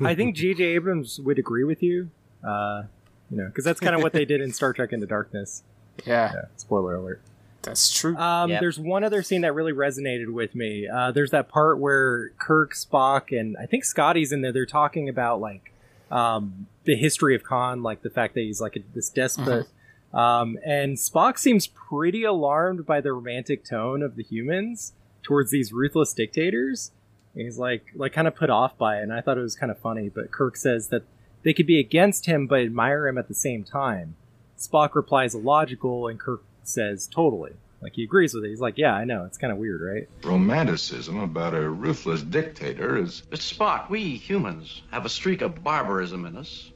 G: I think J.J. Abrams would agree with you. Uh, you know, because that's kind of what they did in Star Trek Into Darkness.
B: Yeah,
G: Spoiler alert.
B: that's true.
G: Um,
D: Yep.
G: There's one other scene that really resonated with me. Uh, there's that part where Kirk, Spock, and I think Scotty's in there. They're talking about like um, the history of Khan, like the fact that he's like a, this despot. Um, and Spock seems pretty alarmed by the romantic tone of the humans towards these ruthless dictators. And he's like, like kind of put off by it. And I thought it was kind of funny. But Kirk says that they could be against him but admire him at the same time. Spock replies illogical, and Kirk says totally. Like he agrees with it. He's like, yeah, I know. It's kind of weird, right?
F: Romanticism about a ruthless dictator is
E: But Spock, we humans have a streak of barbarism in us.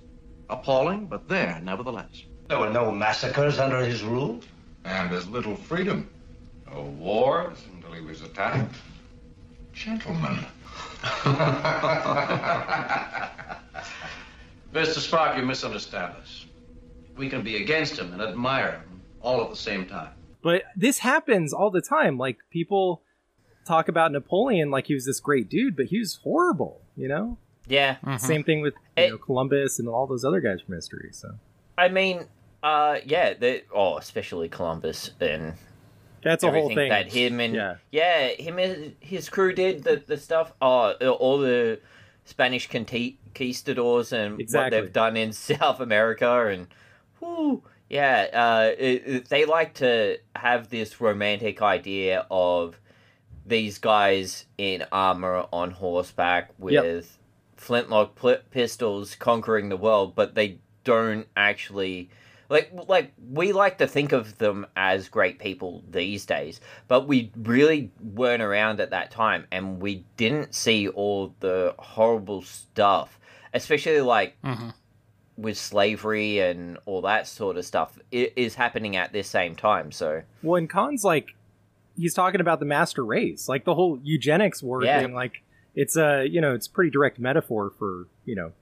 E: Appalling, but there, nevertheless.
F: There were no massacres under his rule. And as little freedom. No wars until he was attacked. Gentlemen.
E: Mr. Spock, you misunderstand us. We can be against him and admire him all at the same time.
G: But this happens all the time. Like people talk about Napoleon like he was this great dude, but he was horrible, you know?
D: Yeah.
G: Same thing with you
D: Mm-hmm. It-
G: know, Columbus and all those other guys from history. So
D: I mean, uh, yeah, the oh, especially Columbus and
G: that's a
D: everything
G: whole thing.
D: that him and
G: yeah.
D: yeah. him and his crew did the the stuff. Oh, all the Spanish conquistadors and
G: Exactly.
D: what they've done in South America and whoo, yeah, uh, it, it- they like to have this romantic idea of these guys in armor on horseback with flintlock pl- pistols conquering the world, but they don't actually like like we like to think of them as great people these days, but we really weren't around at that time, and we didn't see all the horrible stuff, especially like
B: Mhm.
D: with slavery and all that sort of stuff. It is happening at this same time, so
G: Well, and Khan's like, he's talking about the master race, like the whole eugenics war
D: Yeah.
G: thing. Like, it's a you know, it's a pretty direct metaphor for you know,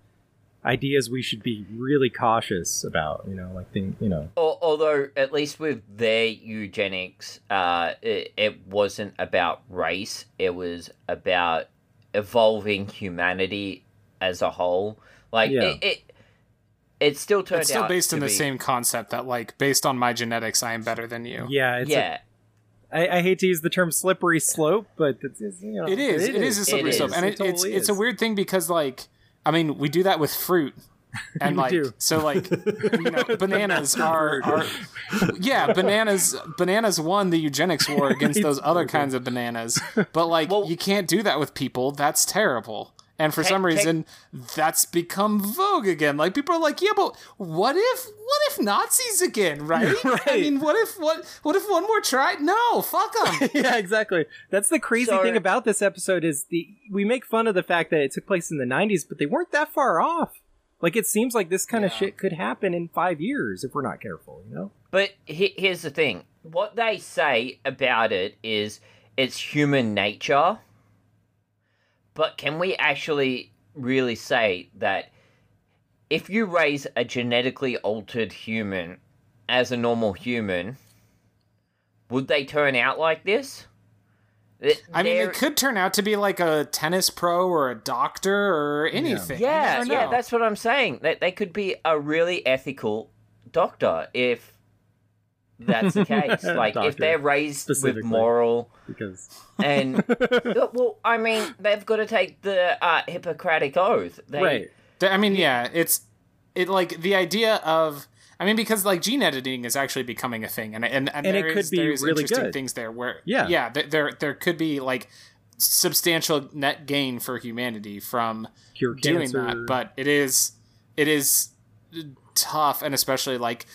G: ideas we should be really cautious about. You know, like thing, you know,
D: Al- although at least with their eugenics uh it, it wasn't about race it was about evolving humanity as a whole like
G: Yeah.
D: it, it it still turned
B: it's still
D: out
B: based
D: to
B: in the
D: be-
B: same concept that like based on my genetics, I am better than you.
G: yeah, it's a-
D: yeah
G: I, I hate to use the term slippery slope, but it's, it's, you know,
B: It is. It is a slippery
D: It
B: slope,
D: is.
B: and
G: It
B: it, it's
G: totally
B: it's a
G: is.
B: weird thing because like I mean we do that with fruit, and
G: We
B: like
G: do.
B: so like you know bananas are, are yeah bananas bananas won the eugenics war against those other kinds of bananas, but like
D: Well-
B: you can't do that with people. That's terrible. And for
D: Tec-
B: some
D: tec-
B: reason, that's become vogue again. Like people are like, yeah, but what if what if Nazis again? Right? I
G: Right.
B: mean, what if what what if one more try? No, fuck them.
G: yeah, exactly. That's the crazy
D: Sorry.
G: thing about this episode is the we make fun of the fact that it took place in the '90s, but they weren't that far off. Like it seems like this kind of shit could happen in five years if we're not careful. You know?
D: But he- here's the thing: what they say about it is it's human nature. But can we actually really say that if you raise a genetically altered human as a normal human, would they turn out like this? Th-
B: I mean,
D: there-
B: it could turn out to be like a tennis pro or a doctor or anything. You
D: Yeah,
B: never
D: yeah,
B: know.
D: that's what I'm saying. That they could be a really ethical doctor if that's the case. like if
G: Doctor,
D: they're raised with
G: specifically.
D: moral
G: Because
D: and well, I mean, they've got to take the uh, Hippocratic oath. They,
G: right,
B: Th- I mean, yeah, it's it like the idea of. I mean, because like gene editing is actually becoming a thing, and and and,
G: And it
B: there
G: could
B: is-
G: be
B: there is
G: really
B: interesting
G: good.
B: things there where
G: Yeah.
B: yeah there, there there could be like substantial net gain for humanity from
G: cure
B: doing
G: cancer.
B: that, but it is it is tough, and especially like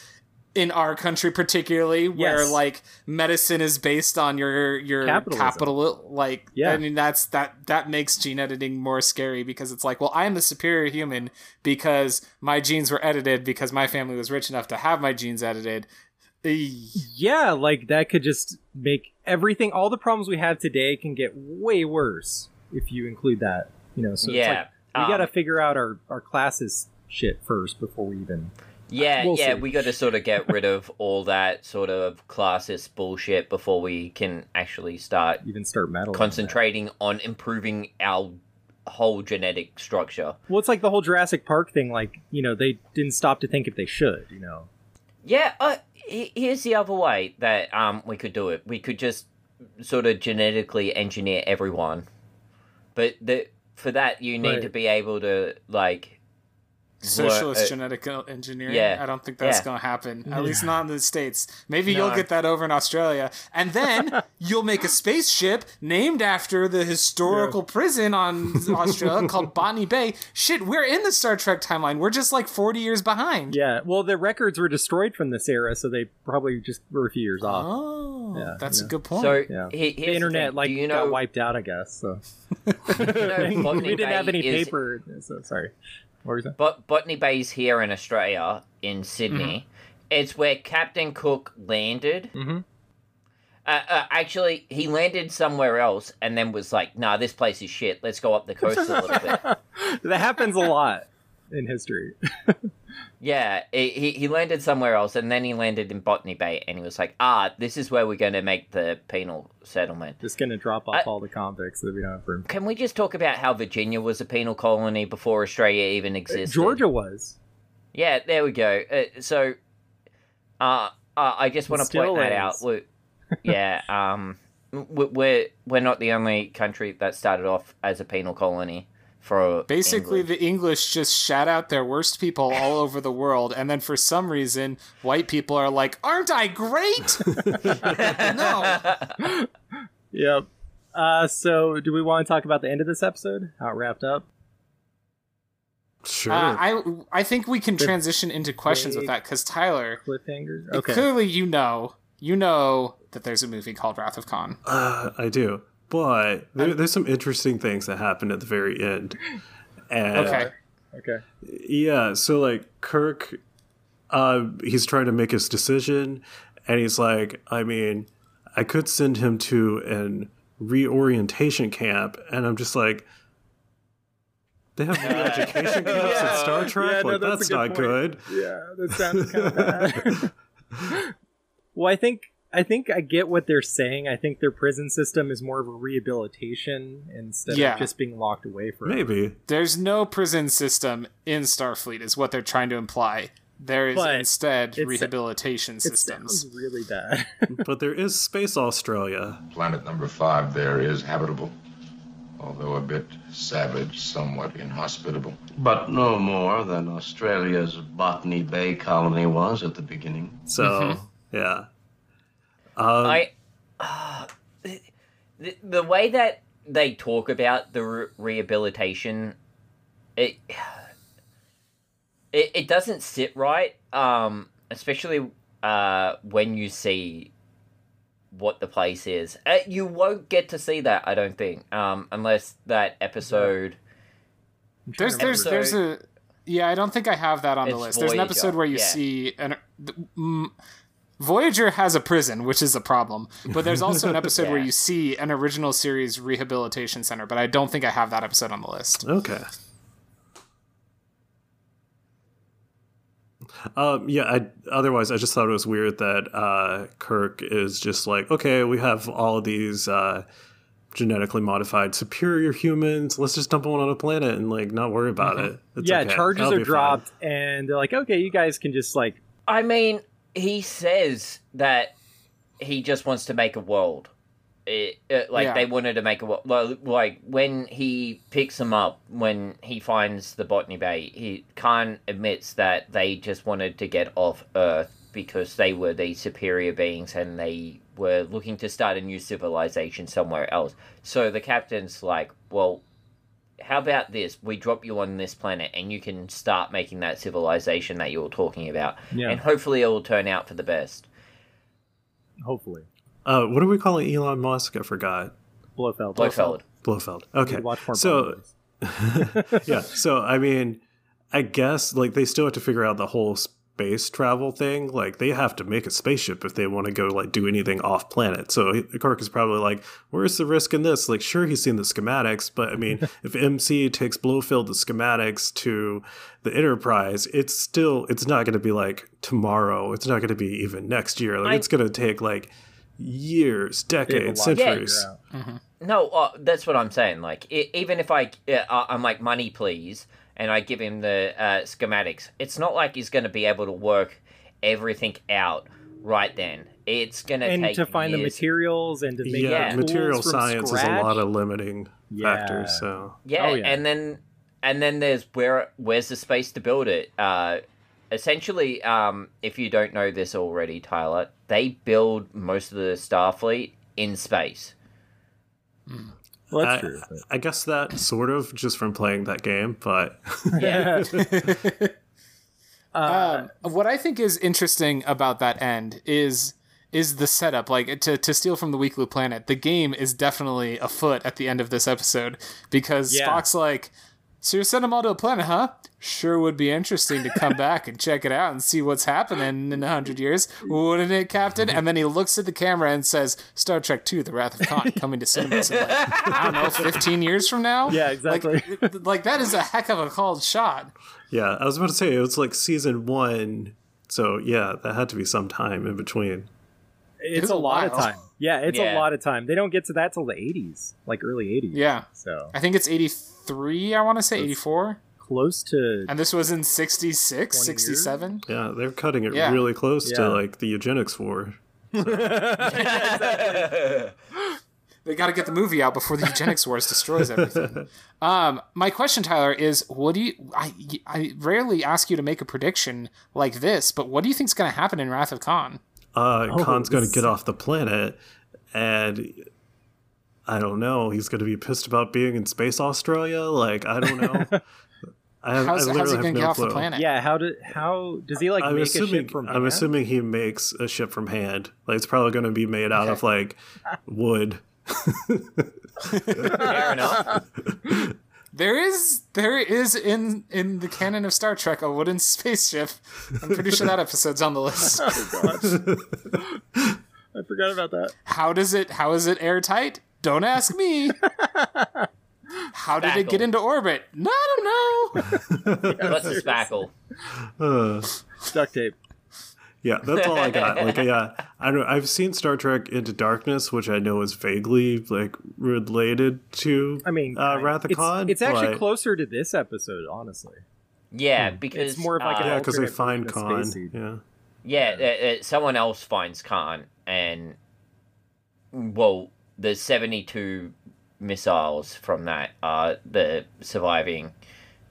B: in our country particularly where
G: Yes.
B: like medicine is based on your your
G: Capitalism.
B: capital like
G: Yeah.
B: i mean that's that that makes gene editing more scary because it's like well i'm a superior human because my genes were edited because my family was rich enough to have my genes edited Eey.
G: Yeah, like that could just make everything, all the problems we have today can get way worse if you include that. You know, so it's
D: yeah.
G: like, we
D: um,
G: got to figure out our, our classes shit first before we even.
D: Yeah,
G: We'll
D: yeah,
G: see.
D: we got to sort of get rid of all that sort of classist bullshit before we can actually start
G: even start meddling.
D: concentrating on improving our whole genetic structure.
G: Well, it's like the whole Jurassic Park thing. Like, you know, they didn't stop to think if they should. You know,
D: Yeah, uh, he- here's the other way that um we could do it. We could just sort of genetically engineer everyone, but the for that you need
G: Right.
D: to be able to like
B: socialist
D: uh,
B: genetic engineering
D: yeah,
B: i don't think that's
D: yeah.
B: going to happen at least not in the states maybe you'll
D: No.
B: get that over in australia and then you'll make a spaceship named after the historical prison on australia called botany bay shit we're in the star trek timeline we're just like 40 years behind
G: yeah. Well, the records were destroyed from this era, so they probably just were a few years off.
B: oh
G: Yeah,
B: that's
G: yeah.
B: a good point
D: so
G: Yeah.
D: he- here's
G: the internet
D: thing.
G: like
D: do you know
G: got wiped out, I guess. So
D: you know
G: we
D: Botany
G: didn't have
D: Bay
G: any
D: is-
G: paper. So sorry. What were you saying?
D: But Botany Bay's here in Australia,
G: Mm-hmm.
D: in Sydney. It's where Captain Cook landed.
G: Mhm.
D: Uh, uh, actually, he landed somewhere else and then was like, nah, this place is shit. Let's go up the coast a little bit.
G: that happens a lot in history.
D: Yeah, he, he- he landed somewhere else and then he landed in Botany Bay and he was like, ah, this is where we're going to make the penal settlement.
G: Just gonna drop off
D: I-
G: all the convicts that we don't have room.
D: Can we just talk about how Virginia was a penal colony before Australia even existed?
G: Uh, Georgia was
D: Yeah, there we go. Uh, so, uh, uh, I just want to
G: Still
D: point that
G: is.
D: out. We- yeah, um, we- we're we're not the only country that started off as a penal colony for
B: Basically,
D: England.
B: the English just shout out their worst people all over the world, and then for some reason, white people are like, "Aren't I great?" no,
G: Yep. Uh, so, do we want to talk about the end of this episode? How it wrapped up?
A: Sure.
G: Ah,
B: Uh, I I think we can transition into questions with
G: big-
B: that because Tyler,
G: Cliffhanger? Okay.
B: clearly you know you know that there's a movie called Wrath of Khan.
A: Uh, I do, but there, there's some interesting things that happen at the very end. And
B: Okay,
G: Okay.
A: Yeah, so like Kirk, uh, he's trying to make his decision, and he's like, I mean, I could send him to an reorientation camp, and I'm just like, they have re-education camps at Star Trek.
G: Yeah, no,
A: like
G: that's a
A: that's,
G: good
A: not
G: point.
A: good.
G: Yeah, that sounds kind of bad. well, I think I think I get what they're saying. I think their prison system is more of a rehabilitation instead
B: Yeah.
G: of just being locked away for.
A: Maybe
B: there's no prison system in Starfleet, is what they're trying to imply. There is
G: But
B: instead
G: it's-
B: rehabilitation
G: It
B: systems.
G: sounds really bad.
A: but there is Space Australia.
F: Planet number five there is habitable, although a bit savage, somewhat inhospitable.
E: But no more than Australia's Botany Bay colony was at the beginning.
A: So
G: Mm-hmm.
A: yeah, Um,
D: I, uh, the, the way that they talk about the re- rehabilitation, it, it it doesn't sit right. Um, especially uh when you see what the place is, uh, you won't get to see that. I don't think. Um, unless that episode.
B: There's there's there's a yeah. I don't think I have that on the
D: It's
B: list. There's an
D: Voyager,
B: episode where you
D: yeah.
B: see an. th- Mm, Voyager has a prison, which is a problem, but there's also an episode where
D: Yeah.
B: you see an original series rehabilitation center, but I don't think I have that episode on the list.
A: okay. Um, yeah. I, otherwise, I just thought it was weird that uh, Kirk is just like, okay, we have all these uh, genetically modified superior humans. Let's just dump one on a planet and like not worry about it. It's
G: Mm-hmm. yeah,
A: okay.
G: charges
A: That'll
G: are
A: be fine."
G: dropped, and they're like, "Okay, you guys can just like
D: I mean, he says that he just wants to make a world. It, it- like
B: Yeah.
D: they wanted to make a world. Well, like when he picks him up, when he finds the Botany Bay, he Khan admits that they just wanted to get off Earth because they were the superior beings and they were looking to start a new civilization somewhere else. So the captain's like, "Well, how about this? We drop you on this planet, and you can start making that civilization that you were talking about,
G: Yeah.
D: and hopefully it will turn out for the best.
G: Hopefully,
A: Uh, what are we calling Elon Musk? I forgot.
G: Blofeld.
D: Blofeld.
A: Blofeld. Okay.
G: Watch more Bond
A: so
G: movies.
A: yeah. So I mean, I guess like they still have to figure out the whole space travel thing. Like they have to make a spaceship if they want to go like do anything off planet. So he- Kirk is probably like, "Where's the risk in this?" Like, sure, he's seen the schematics, but I mean, if MC takes Blowfield the schematics to the Enterprise, it's still it's not going to be like tomorrow. It's not going to be even next year. Like
D: I-
A: it's going to take like years,
G: They have a
A: decades,
G: lot to figure
A: centuries.
G: out.
D: No, uh, that's what I'm saying. Like, e even if I, uh, I'm like, money, please, and I give him the uh, schematics, it's not like he's going to be able to work everything out right then. It's going
G: And
D: take
G: to find the
D: years.
G: materials and to make
A: yeah,
D: Yeah.
G: tools
A: material
G: from
A: science is a
G: scratch.
A: lot of limiting
G: Yeah.
A: factors. So
D: Yeah,
G: Oh, yeah.
D: and then and then there's where where's the space to build it? Uh, essentially, um, if you don't know this already, Tyler, they build most of the Starfleet in space.
C: Well, that's
A: I,
C: true. but-
A: I guess that sort of just from playing that game, but
D: Yeah,
G: Uh,
B: Um, what I think is interesting about that end is is the setup. Like to to steal from the Weekly Planet, the game is definitely afoot at the end of this episode because
G: Yeah.
B: Spock's like, "So you sent them all to a planet, huh? Sure would be interesting to come back and check it out and see what's happening in a hundred years, wouldn't it, Captain?" And then he looks at the camera and says, "Star Trek II: The Wrath of Khan coming to cinemas." in, Like, I don't know, fifteen years from now.
G: Yeah,
B: Like,
G: exactly.
B: like that is a heck of a called shot.
A: yeah, I was about to say it was like season one. So yeah, that had to be some time in between.
G: it's
B: It's a
G: a lot of
B: while.
G: time. Yeah, it's a
D: Yeah.
G: lot of time. They don't get to that till the 80s, like early 80s.
B: Yeah.
G: So
B: I think it's 83, I want to say 84.
G: close to
B: And this was in 66, 67.
A: Yeah, they're cutting it
B: Yeah.
A: really close
G: Yeah.
A: to like the eugenics war.
B: They got to get the movie out before the eugenics wars destroys everything. Um, my question, Tyler, is what do you. I, I rarely ask you to make a prediction like this, but what do you think's going to happen in Wrath of Khan?
A: Uh,
G: Oh,
A: Khan's going
G: this-
A: to get off the planet, and I don't know. He's going to be pissed about being in space Australia. Like I don't know. I, have,
B: How's,
A: I literally
B: how's he
A: have
B: going
A: no
B: to get off
A: clue.
B: the planet?
G: yeah. How do how does he like
A: I'm
G: make
A: assuming
G: a ship from?
A: I'm
G: hand?
A: assuming he makes a ship from hand. Like it's probably going to be made out of like wood.
D: fair enough.
B: There is there is in in the canon of Star Trek a wooden spaceship. I'm pretty sure that episode's on the list.
G: I forgot about that.
B: How does it? How is it airtight? Don't ask me. How did it
D: Spackle.
B: get into orbit? No, I don't know.
D: What's a spackle?
G: Duct tape.
A: Uh, Yeah, that's all I got. Like yeah, I don't. I've seen Star Trek Into Darkness, which I know is vaguely like related to.
G: I mean,
A: uh,
G: kind-
A: Wrath of
G: it's,
A: Khan.
G: It's actually
A: but-
G: closer to this episode, honestly.
D: Yeah, because
G: Hmm. It's more of like
D: uh,
G: an
A: Yeah, because they
G: alternate
A: find
G: version of
A: Khan.
G: Space Seed.
A: Yeah.
D: Yeah, uh, uh, someone else finds Khan, and well, the seventy-two missiles from that are the surviving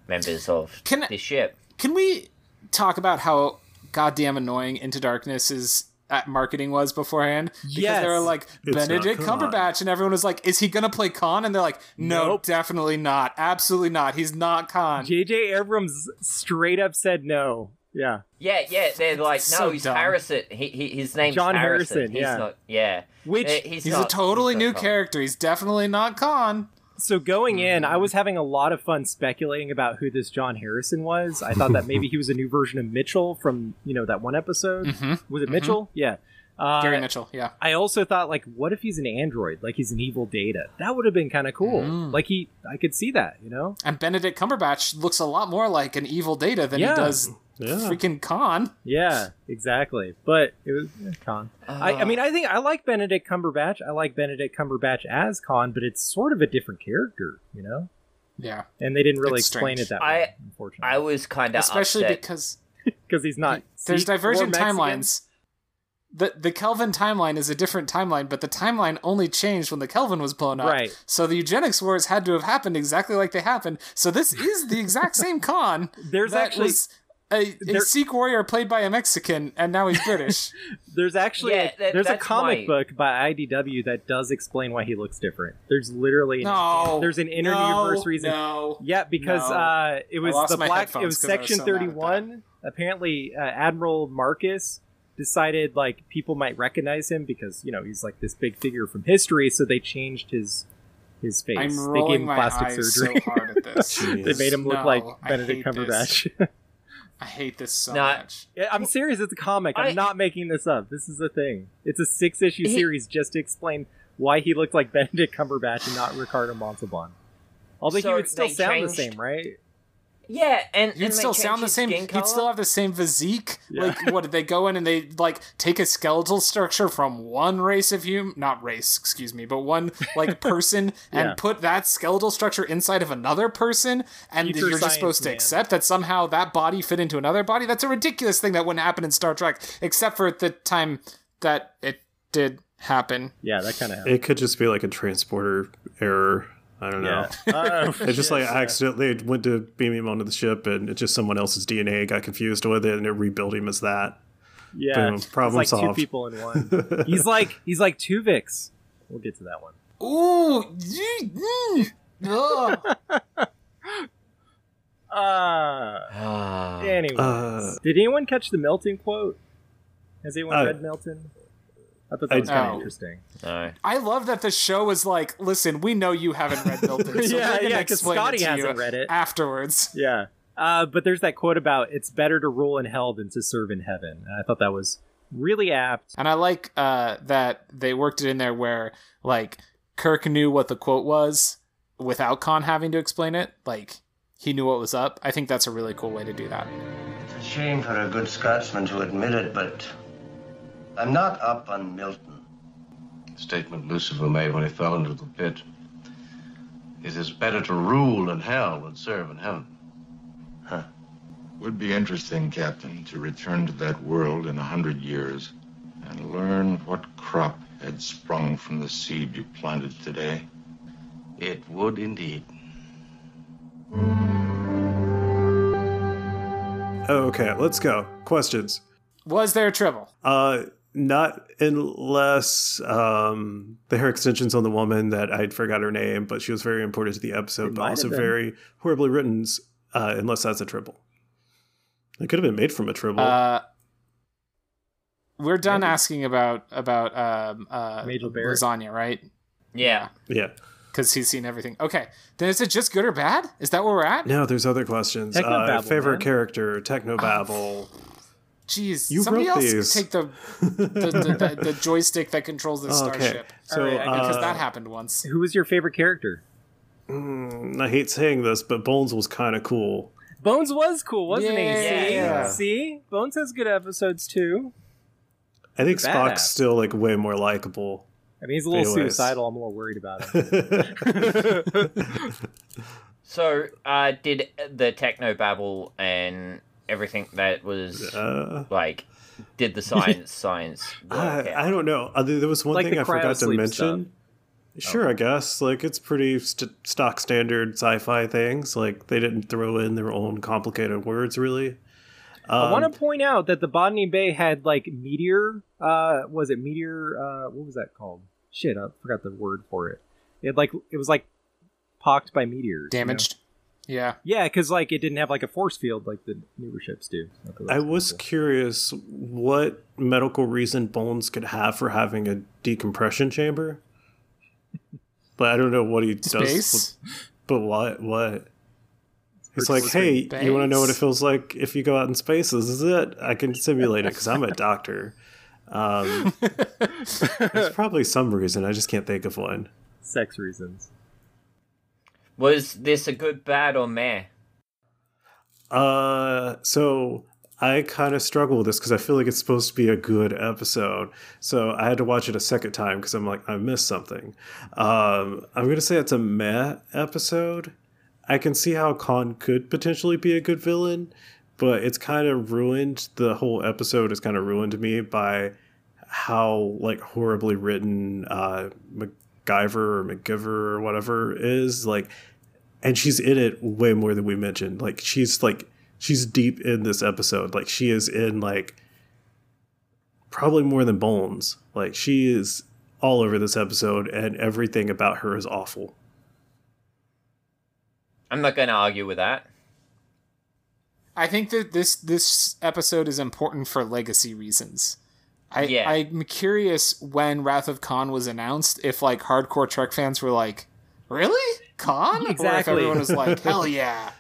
D: members of
B: Can I-
D: this ship.
B: Can we talk about how goddamn annoying Into Darkness is? At marketing was beforehand because
G: Yes.
B: they were like
A: It's not
B: Benedict
A: Khan.
B: Cumberbatch and everyone was like, "Is he gonna play Khan?" And they're like, "No,
G: Nope.
B: definitely not. Absolutely not. He's not Khan."
G: J.J. Abrams straight up said no. Yeah,
D: Yeah, yeah, they're like, no,
B: so
D: he's
B: dumb.
D: Harrison. He, he, his name's
G: John
D: Harrison.
G: Harrison,
D: He's
G: yeah.
D: not. Yeah,
G: which
D: Uh, he's,
B: He's
D: not-
B: a totally
D: he's not
B: new
D: Khan.
B: character. He's definitely not Khan.
G: So going in, I
B: Mm-hmm.
G: was having a lot of fun speculating about who this John Harrison was. I thought that maybe he was a new version of Mitchell from you know that one episode. Was it Mitchell? Yeah. Uh,
B: Mm-hmm. Gary Mitchell. Yeah.
G: I also thought like, what if he's an android? Like he's an evil Data. That would have been kind of cool.
B: Mm.
G: Like he, I could see that. You know.
B: And Benedict Cumberbatch looks a lot more like an evil Data than
G: Yeah.
B: he does
A: Yeah.
B: freaking Khan.
G: Yeah, exactly. But it was eh, Khan. I,
B: Uh.
G: I mean, I think I like Benedict Cumberbatch. I like Benedict Cumberbatch as Khan, but it's sort of a different character. You know.
B: Yeah.
G: And they didn't really
B: It's
G: explain
B: strange.
G: it that
D: I-
G: way, unfortunately.
D: I was kind of
B: Especially
D: upset.
B: because
G: because he's not.
B: there's
G: Sikh or
B: divergent
G: Mexican.
B: timelines. The the Kelvin timeline is a different timeline, but the timeline only changed when the Kelvin was blown up.
G: Right.
B: So the eugenics wars had to have happened exactly like they happened. So this is the exact same con
G: There's
B: that
G: actually-
B: was a, a
G: There-
B: Sikh warrior played by a Mexican, and now he's British.
G: There's actually
D: Yeah, that-
G: there's a
D: that's
G: comic
D: why-
G: book by IDW that does explain why he looks different. There's literally an
B: no,
G: there's an inner
B: no,
G: universe reason.
B: No,
G: Yeah, because
B: No.
G: uh, it was
B: lost
G: the
B: my
G: black. It
B: headphones
G: was
B: 'cause I was
G: Section
B: so mad at
G: Thirty One. Apparently, uh, Admiral Marcus decided like people might recognize him because you know he's like this big figure from history, so they changed his his face.
B: I'm
G: they gave
B: rolling
G: him
B: my
G: plastic
B: eyes
G: surgery.
B: so hard at this.
G: they made him look
B: No,
G: like
B: I
G: Benedict
B: hate this.
G: Cumberbatch.
B: I hate this so
D: Nah.
B: much.
G: Yeah, I'm serious. It's a comic. I'm
D: I-
G: not making this up. This is a thing. It's a six issue
D: He-
G: series just to explain why he looked like Benedict Cumberbatch and not Ricardo Montalban. Although he
D: So
G: would still
D: they
G: sound
D: changed-
G: the same, right?
D: Yeah, and
B: You'd
D: and they
B: still
D: change
B: sound the
D: his
B: same.
D: skin
B: You'd still
D: color.
B: have the same physique.
G: Yeah.
B: Like, what did they go in and they like take a skeletal structure from one race of human, not race, excuse me, but one like person,
G: Yeah.
B: and put that skeletal structure inside of another person, and
G: Future
B: you're just
G: science,
B: supposed to
G: man.
B: accept that somehow that body fit into another body. That's a ridiculous thing that wouldn't happen in Star Trek, except for at the time that it did happen.
G: Yeah, that kind of happened.
A: It could just be like a transporter error. I don't know.
G: Yeah. Uh,
A: It's just like I accidentally went to beam him onto the ship, and it's just someone else's DNA got confused with it, and it rebuilt him as that.
G: yeah,
A: boom,
G: It's
A: problem
G: like
A: solved.
G: two people in one. he's like he's like Tuvix. We'll get to that one.
B: Ooh, yee, mm, ugh.
G: Uh,
D: Ah.
G: anyways,
A: Uh,
G: did anyone catch the Melton quote? Has anyone
A: Uh,
G: read Melton? I thought that
A: I-
G: was kind of
B: Oh.
G: interesting.
D: No.
B: I love that the show is like, listen, we know you haven't read Milton, so
G: Yeah,
B: we're gonna
G: yeah, 'cause
B: explain
G: Scotty
B: it to
G: hasn't
B: you
G: read it.
B: afterwards.
G: Yeah. Uh, but there's that quote about it's better to rule in hell than to serve in heaven. And I thought that was really apt.
B: And I like uh, that they worked it in there where like Kirk knew what the quote was without Khan having to explain it. Like he knew what was up. I think that's a really cool way to do that.
E: It's a shame for a good Scotsman to admit it, but I'm not up on Milton. Statement Lucifer made when he fell into the pit. It is better to rule in hell than serve in heaven.
F: Would be interesting, Captain, to return to that world in a hundred years and learn what crop had sprung from the seed you planted today.
E: It would indeed.
A: okay, let's go. Questions.
B: Was there a tribble?
A: Uh, not unless um, the hair extensions on the woman that I'd forgot her name, but she was very important to the episode, but
G: might
A: also
G: have been.
A: very horribly written. Uh, unless that's a triple, it could have been made from a triple.
B: Uh, we're done asking about about um, uh,
G: Major Barrett.
B: lasagna, right?
D: Yeah.
A: yeah.
B: Because he's seen everything. Okay, then is it just good or bad? Is that where we're at?
A: No, there's other questions. Uh,
G: Technobabble,
A: favorite
G: man.
A: character, Technobabble.
B: Jeez,
A: You
B: somebody
A: wrote
B: else
A: these.
B: take the the, the, the the joystick that controls the
A: okay,
B: starship
A: so
G: Ah, All right, I
B: because
A: uh,
B: that happened once.
G: Who was your favorite character?
A: mm, I hate saying this, but Bones was kind of cool.
G: Bones was cool, wasn't
B: Yeah.
G: he? See?
B: Yeah.
G: See? Bones has good episodes too.
A: I think
G: He's a badass.
A: Spock's still like way more likable.
G: I mean, he's a little
A: Anyways.
G: suicidal. I'm a little worried about him.
D: So, uh, did the techno babble and everything that was
A: uh,
D: like, did the science science? Work
A: I,
D: out?
A: I don't know. Uh, there there was one
G: Like
A: thing
G: the
A: I forgot to
G: cryosleep Oh.
A: mention. Sure, I guess. Like it's pretty st- stock standard sci-fi things. Like they didn't throw in their own complicated words, really. Um,
G: I want to point out that the Botany Bay had like meteor. Uh, was it meteor? Uh, what was that called? Shit, I forgot the word for it. It like it was like pocked by meteors. you know?
B: Damaged. Yeah.
G: Yeah, because like it didn't have like a force field like the newer ships do. thought that
A: I was
G: cool.
A: curious what medical reason Bones could have for having a decompression chamber, but I don't know what he does.
B: Space.
A: But what? What? He's
G: pretty
A: like, hey,
B: space.
A: you want to know what it feels like if you go out in space? This is it. I can simulate it because I'm a doctor. Um, there's probably some reason. I just can't think of one.
G: sex reasons.
D: Was this a good, bad, or meh?
A: Uh, so I kind of struggle with this because I feel like it's supposed to be a good episode. So I had to watch it a second time because I'm like, I missed something. Um, I'm gonna say it's a meh episode. I can see how Khan could potentially be a good villain, but it's kind of ruined. The whole episode is kind of ruined to me by how like horribly written uh, MacGyver or McGiver or whatever is. Like and she's in it way more than we mentioned. Like she's like she's deep in this episode. Like she is in like probably more than Bones. Like she is all over this episode, and everything about her is awful.
D: I'm not going to argue with that.
B: I think that this this episode is important for legacy reasons. I,
D: Yeah.
B: I'm curious when Wrath of Khan was announced, if like hardcore Trek fans were like, "Really, Khan?" Or if
G: Exactly.
B: everyone was like, "Hell yeah,"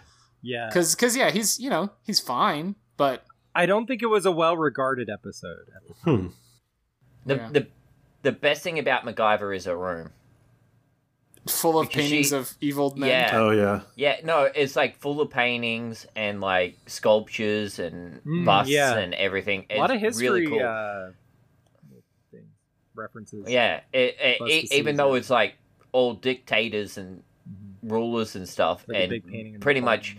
G: Yeah.
B: because yeah, he's you know he's fine, but
G: I don't think it was a well regarded episode.
D: The,
B: Yeah.
D: the the best thing about MacGyver is a room.
B: full of
D: Because she-
B: paintings of evil men.
D: Yeah.
A: Oh yeah,
D: Yeah, no, it's like full of paintings and like sculptures and busts
G: Hmm, yeah.
D: and everything. It's
G: a lot of history
D: really cool.
G: uh, things, references.
D: Yeah, it, it,
G: Bust
D: e-
G: to
D: even
G: seize
D: though
G: it.
D: it's like all dictators and rulers and stuff,
G: Like a
D: and
G: big painting in the
D: pretty
G: corner.
D: much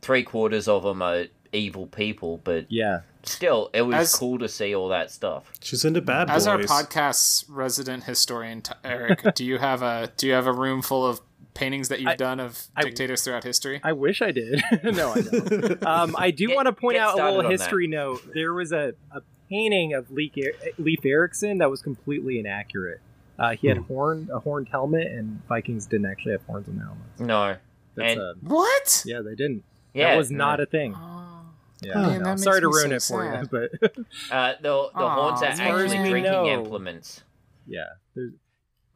D: three quarters of them are evil people, but
G: Yeah.
D: still, it was
B: As-
D: cool to see all that stuff.
A: she's into bad
B: As
A: boys.
B: our podcast's resident historian, T- Eric, do you have a do you have a room full of paintings that you've
G: I-
B: done of
G: I-
B: dictators throughout history?
G: I wish I did. no, I don't. Um, I do
D: Get-
G: want to point
D: get
G: out a
D: started
G: little
D: on that.
G: history note. There was a, a painting of Leif, er- Leif Erikson that was completely inaccurate. Uh, he
D: Hmm.
G: had horn a horned helmet, and Vikings didn't actually have horns on their helmets.
D: No,
G: That's
D: And-
G: uh,
B: what?
G: yeah, they didn't.
D: yeah,
G: that was
D: no.
G: not a thing.
B: Oh,
G: Yeah,
B: man,
G: no.
B: that
G: sorry
B: makes
G: to
B: me
G: ruin it
B: so
G: for you,
B: sad.
G: but
D: Uh, the the
B: Aw,
D: horns are
B: as far as
D: actually
B: we
D: drinking
G: know.
D: implements.
G: yeah, there's,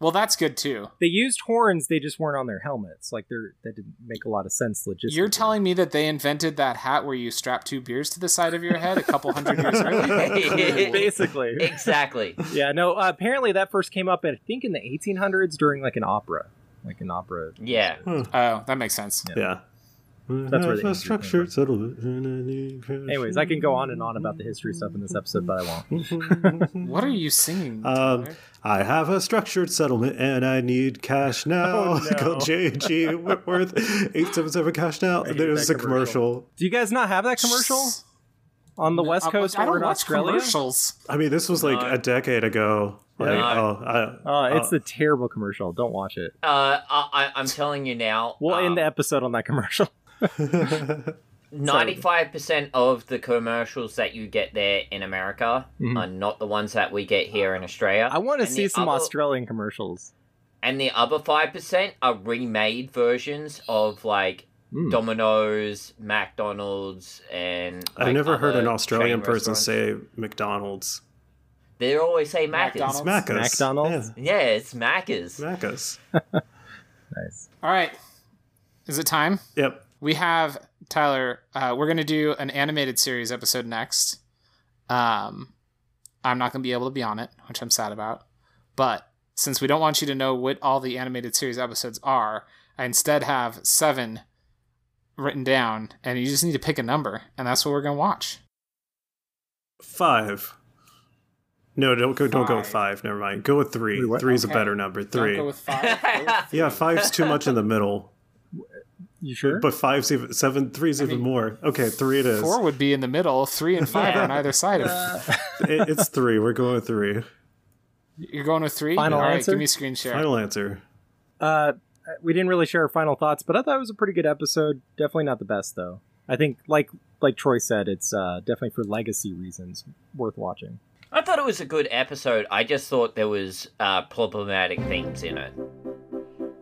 B: Well, that's good too.
G: they used horns. They just weren't on their helmets. Like they're that didn't make a lot of sense logistically.
B: You're telling me that they invented that hat where you strap two beers to the side of your head a couple hundred years earlier?
G: basically.
D: exactly.
G: Yeah, no. Uh, apparently, that first came up, I think, in the 1800s during like an opera, like an opera.
D: Yeah.
B: Oh, that makes sense.
A: yeah.
G: That's where the imagery
A: structure
G: came Anyways, I can go on and on about the history stuff in this episode, but I won't.
B: What are you singing?
A: Um,
B: Tyler?
A: I have a structured settlement and I need cash now.
G: Oh, no.
A: Call JG Whitworth, 877 cash now.
G: hate
A: There's
G: that
A: a commercial.
G: Do you guys not have that commercial on the West
B: I-
G: Coast
B: Uh, I,
G: or
B: don't
G: in
B: watch
G: Australia?
B: commercials.
A: I mean, this was like
D: No.
A: a decade ago. Like,
D: No.
A: oh, I,
G: Oh, it's a terrible commercial. Don't watch it.
D: Uh, I, I, I'm telling you now.
G: We'll
D: um,
B: Oh.
G: end the episode on that commercial.
D: Ninety-five percent of the commercials that you get there in America are not the ones that we get here in Australia.
G: Mm-hmm. I want to
D: And
G: see
D: the
G: some
D: other-
G: Australian commercials.
D: And the other five percent are remade versions of like
G: Hmm.
D: Domino's, McDonald's, and
A: I've
D: like,
A: never heard
D: other
A: an Australian
D: chain
A: person
D: restaurants.
A: say McDonald's.
D: They always say
B: McDonald's.
D: Macca's.
A: Macca's.
G: McDonald's?
D: Yeah, it's Macca's.
A: Yeah, Macca's.
G: Nice.
B: All right. Is it time?
A: Yep.
B: We have Tyler. Uh, we're gonna do an animated series episode next. Um, I'm not gonna be able to be on it, which I'm sad about. But since we don't want you to know what all the animated series episodes are, I instead have seven written down, and you just need to pick a number, and that's what we're gonna watch.
A: Five. No, don't go. do Don't go with five. Never mind. Go with three.
G: Wait, what?
A: Three's
B: Okay.
A: a better number.
B: Don't
A: Three.
B: go with five. go with three.
A: yeah, five's too much in the middle,
G: You sure?
A: but five's even seven. Three's even more. Okay, three it is.
B: Four would be in the middle. Three and five are on either side of.
A: It- it's three. We're going with three.
B: You're going with three.
G: Final
B: All right,
G: answer?
B: give me a screen share.
A: Final answer.
G: uh, we didn't really share our final thoughts, but I thought it was a pretty good episode. Definitely not the best though. I think, like like Troy said, it's uh, definitely for legacy reasons worth watching.
D: I thought it was a good episode. I just thought there was uh, problematic themes in it.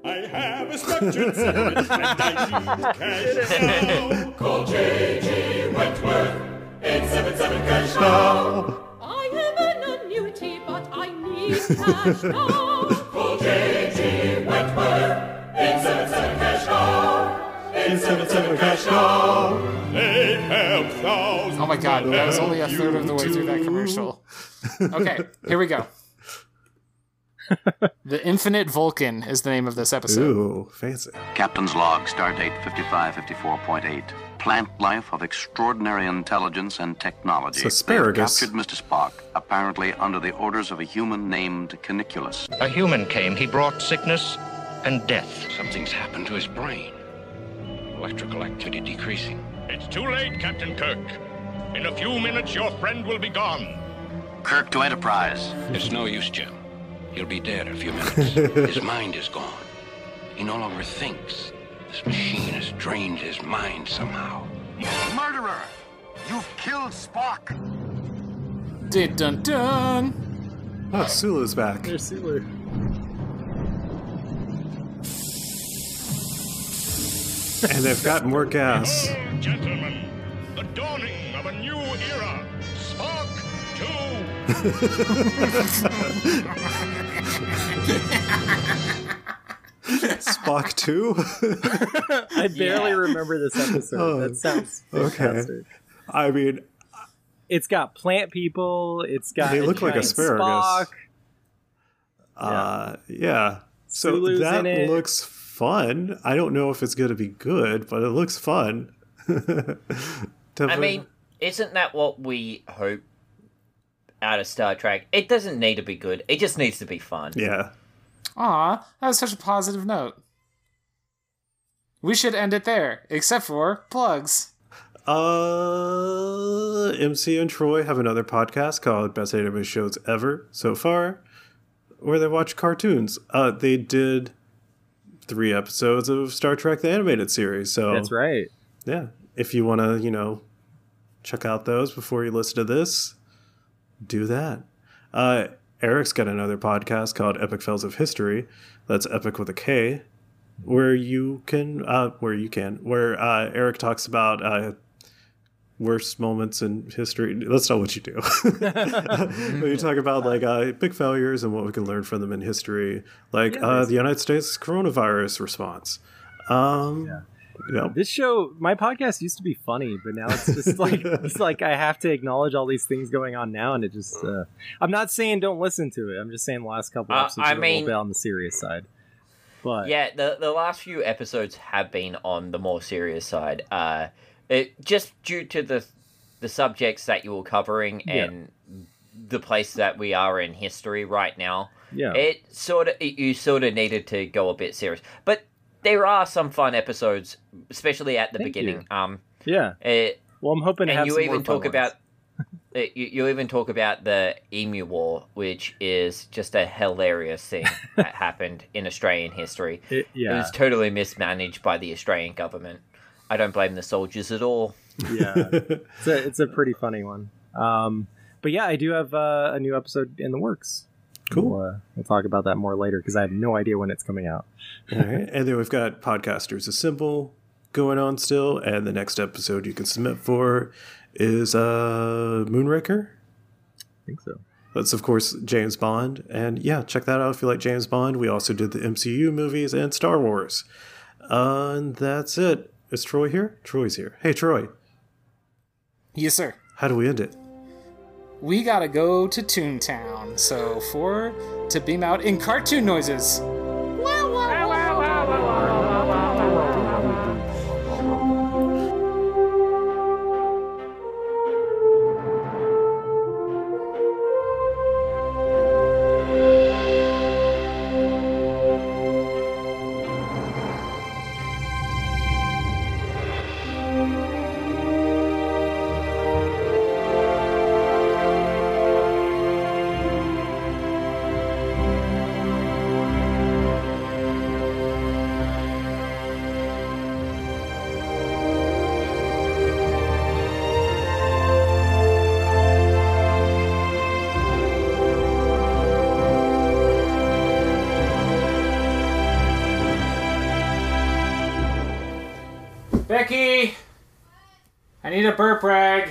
J: I have a structured settlement and I need cash now. Call JG Wentworth, 877 cash now.
K: I have an annuity, but I need cash now.
J: Call JG Wentworth, 877 cash now. 877 cash now. They have thousands.
B: Oh my god, that was only a third of the way through that
A: You
B: commercial. Okay, here we go. the Infinite Vulcan is the name of this episode.
A: Ooh, fancy.
F: Captain's log, stardate 5554.8. Plant life of extraordinary intelligence and technology.
A: It's asparagus.
F: They have captured Mr. Spock, apparently under the orders of a human named Caniculus.
E: A human came. He brought sickness and death.
F: Something's happened to his brain. Electrical activity decreasing.
J: It's too late, Captain Kirk. In a few minutes, your friend will be gone.
F: Kirk to Enterprise. It's no use, Jim. He'll be dead in a few minutes. his mind is gone. He no longer thinks. This machine has drained his mind somehow. Murderer! You've killed Spock!
B: Dun dun dun.
A: Oh, Sulu's back.
G: There's Sulu.
A: and they've got more gas.
J: Oh, gentlemen, the dawning of a new era. Spock 2.
A: Spock 2?
G: I barely remember this episode.
A: Oh,
G: that sounds
A: okay.
G: fantastic.
A: I mean,
G: It's got plant people. It's got
A: They
G: a
A: look like
G: giant
A: asparagus.
G: Spock.
A: uh, yeah. So
G: Sulu's
A: that
G: in it.
A: looks fun. I don't know if it's going to be good, but it looks fun.
D: I mean, isn't that what we hope out of Star Trek? It doesn't need to be good. It just needs to be fun.
A: yeah.
B: Aw, that was such a positive note. We should end it there, except for plugs.
A: Uh, MC and Troy have another podcast called Best Anime Shows Ever so far, where they watch cartoons. Uh, they did three episodes of Star Trek the Animated Series. So
G: That's right.
A: yeah if you want to you know check out those before you listen to this do that uh, eric's got another podcast called epic fails of history that's epic with a k where you can uh, where you can where uh, eric talks about uh, worst moments in history that's not what you do when you talk about like uh, big failures and what we can learn from them in history like uh, the united states coronavirus response um you know,
G: This show, my podcast used to be funny, but now it's just like it's like I have to acknowledge all these things going on now, and it just. Uh, I'm not saying don't listen to it. I'm just saying the last couple
D: Uh,
G: episodes
D: I
G: are a little
D: mean-
G: bit on the serious side. But
D: Yeah, the the last few episodes have been on the more serious side. Uh, it just due to the the subjects that you were covering
G: Yeah.
D: and the place that we are in history right now.
G: yeah,
D: It sort of it, you sort of needed to go a bit serious, but there are some fun episodes, especially at the
G: Thank you.
D: beginning. Um,
G: yeah.
D: it,
G: Well, I'm hoping to
D: and
G: have
D: you
G: some
D: even
G: more fun
D: talk
G: ones.
D: about uh, you, you even talk about the emu war which is just a hilarious thing that happened in australian history
G: It- yeah,
D: it was totally mismanaged by the australian government i don't blame the soldiers at all
G: yeah. It's a, it's a pretty funny one. Um, but yeah, I do have uh, a new episode in the works.
A: Cool.
G: We'll, uh, we'll talk about that more later because I have no idea when it's coming out.
A: All right. And then we've got Podcasters Assemble going on still. And the next episode you can submit for is uh, Moonraker.
G: I think so.
A: That's, of course, James Bond. And yeah, check that out if you like James Bond. We also did the MCU movies and Star Wars. Uh, and that's it. Is Troy here? Troy's here. Hey, Troy,
B: Yes, sir.
A: how do we end it?
B: We gotta go to Toontown, so for to beam out in cartoon noises. Becky, I need a burp rag.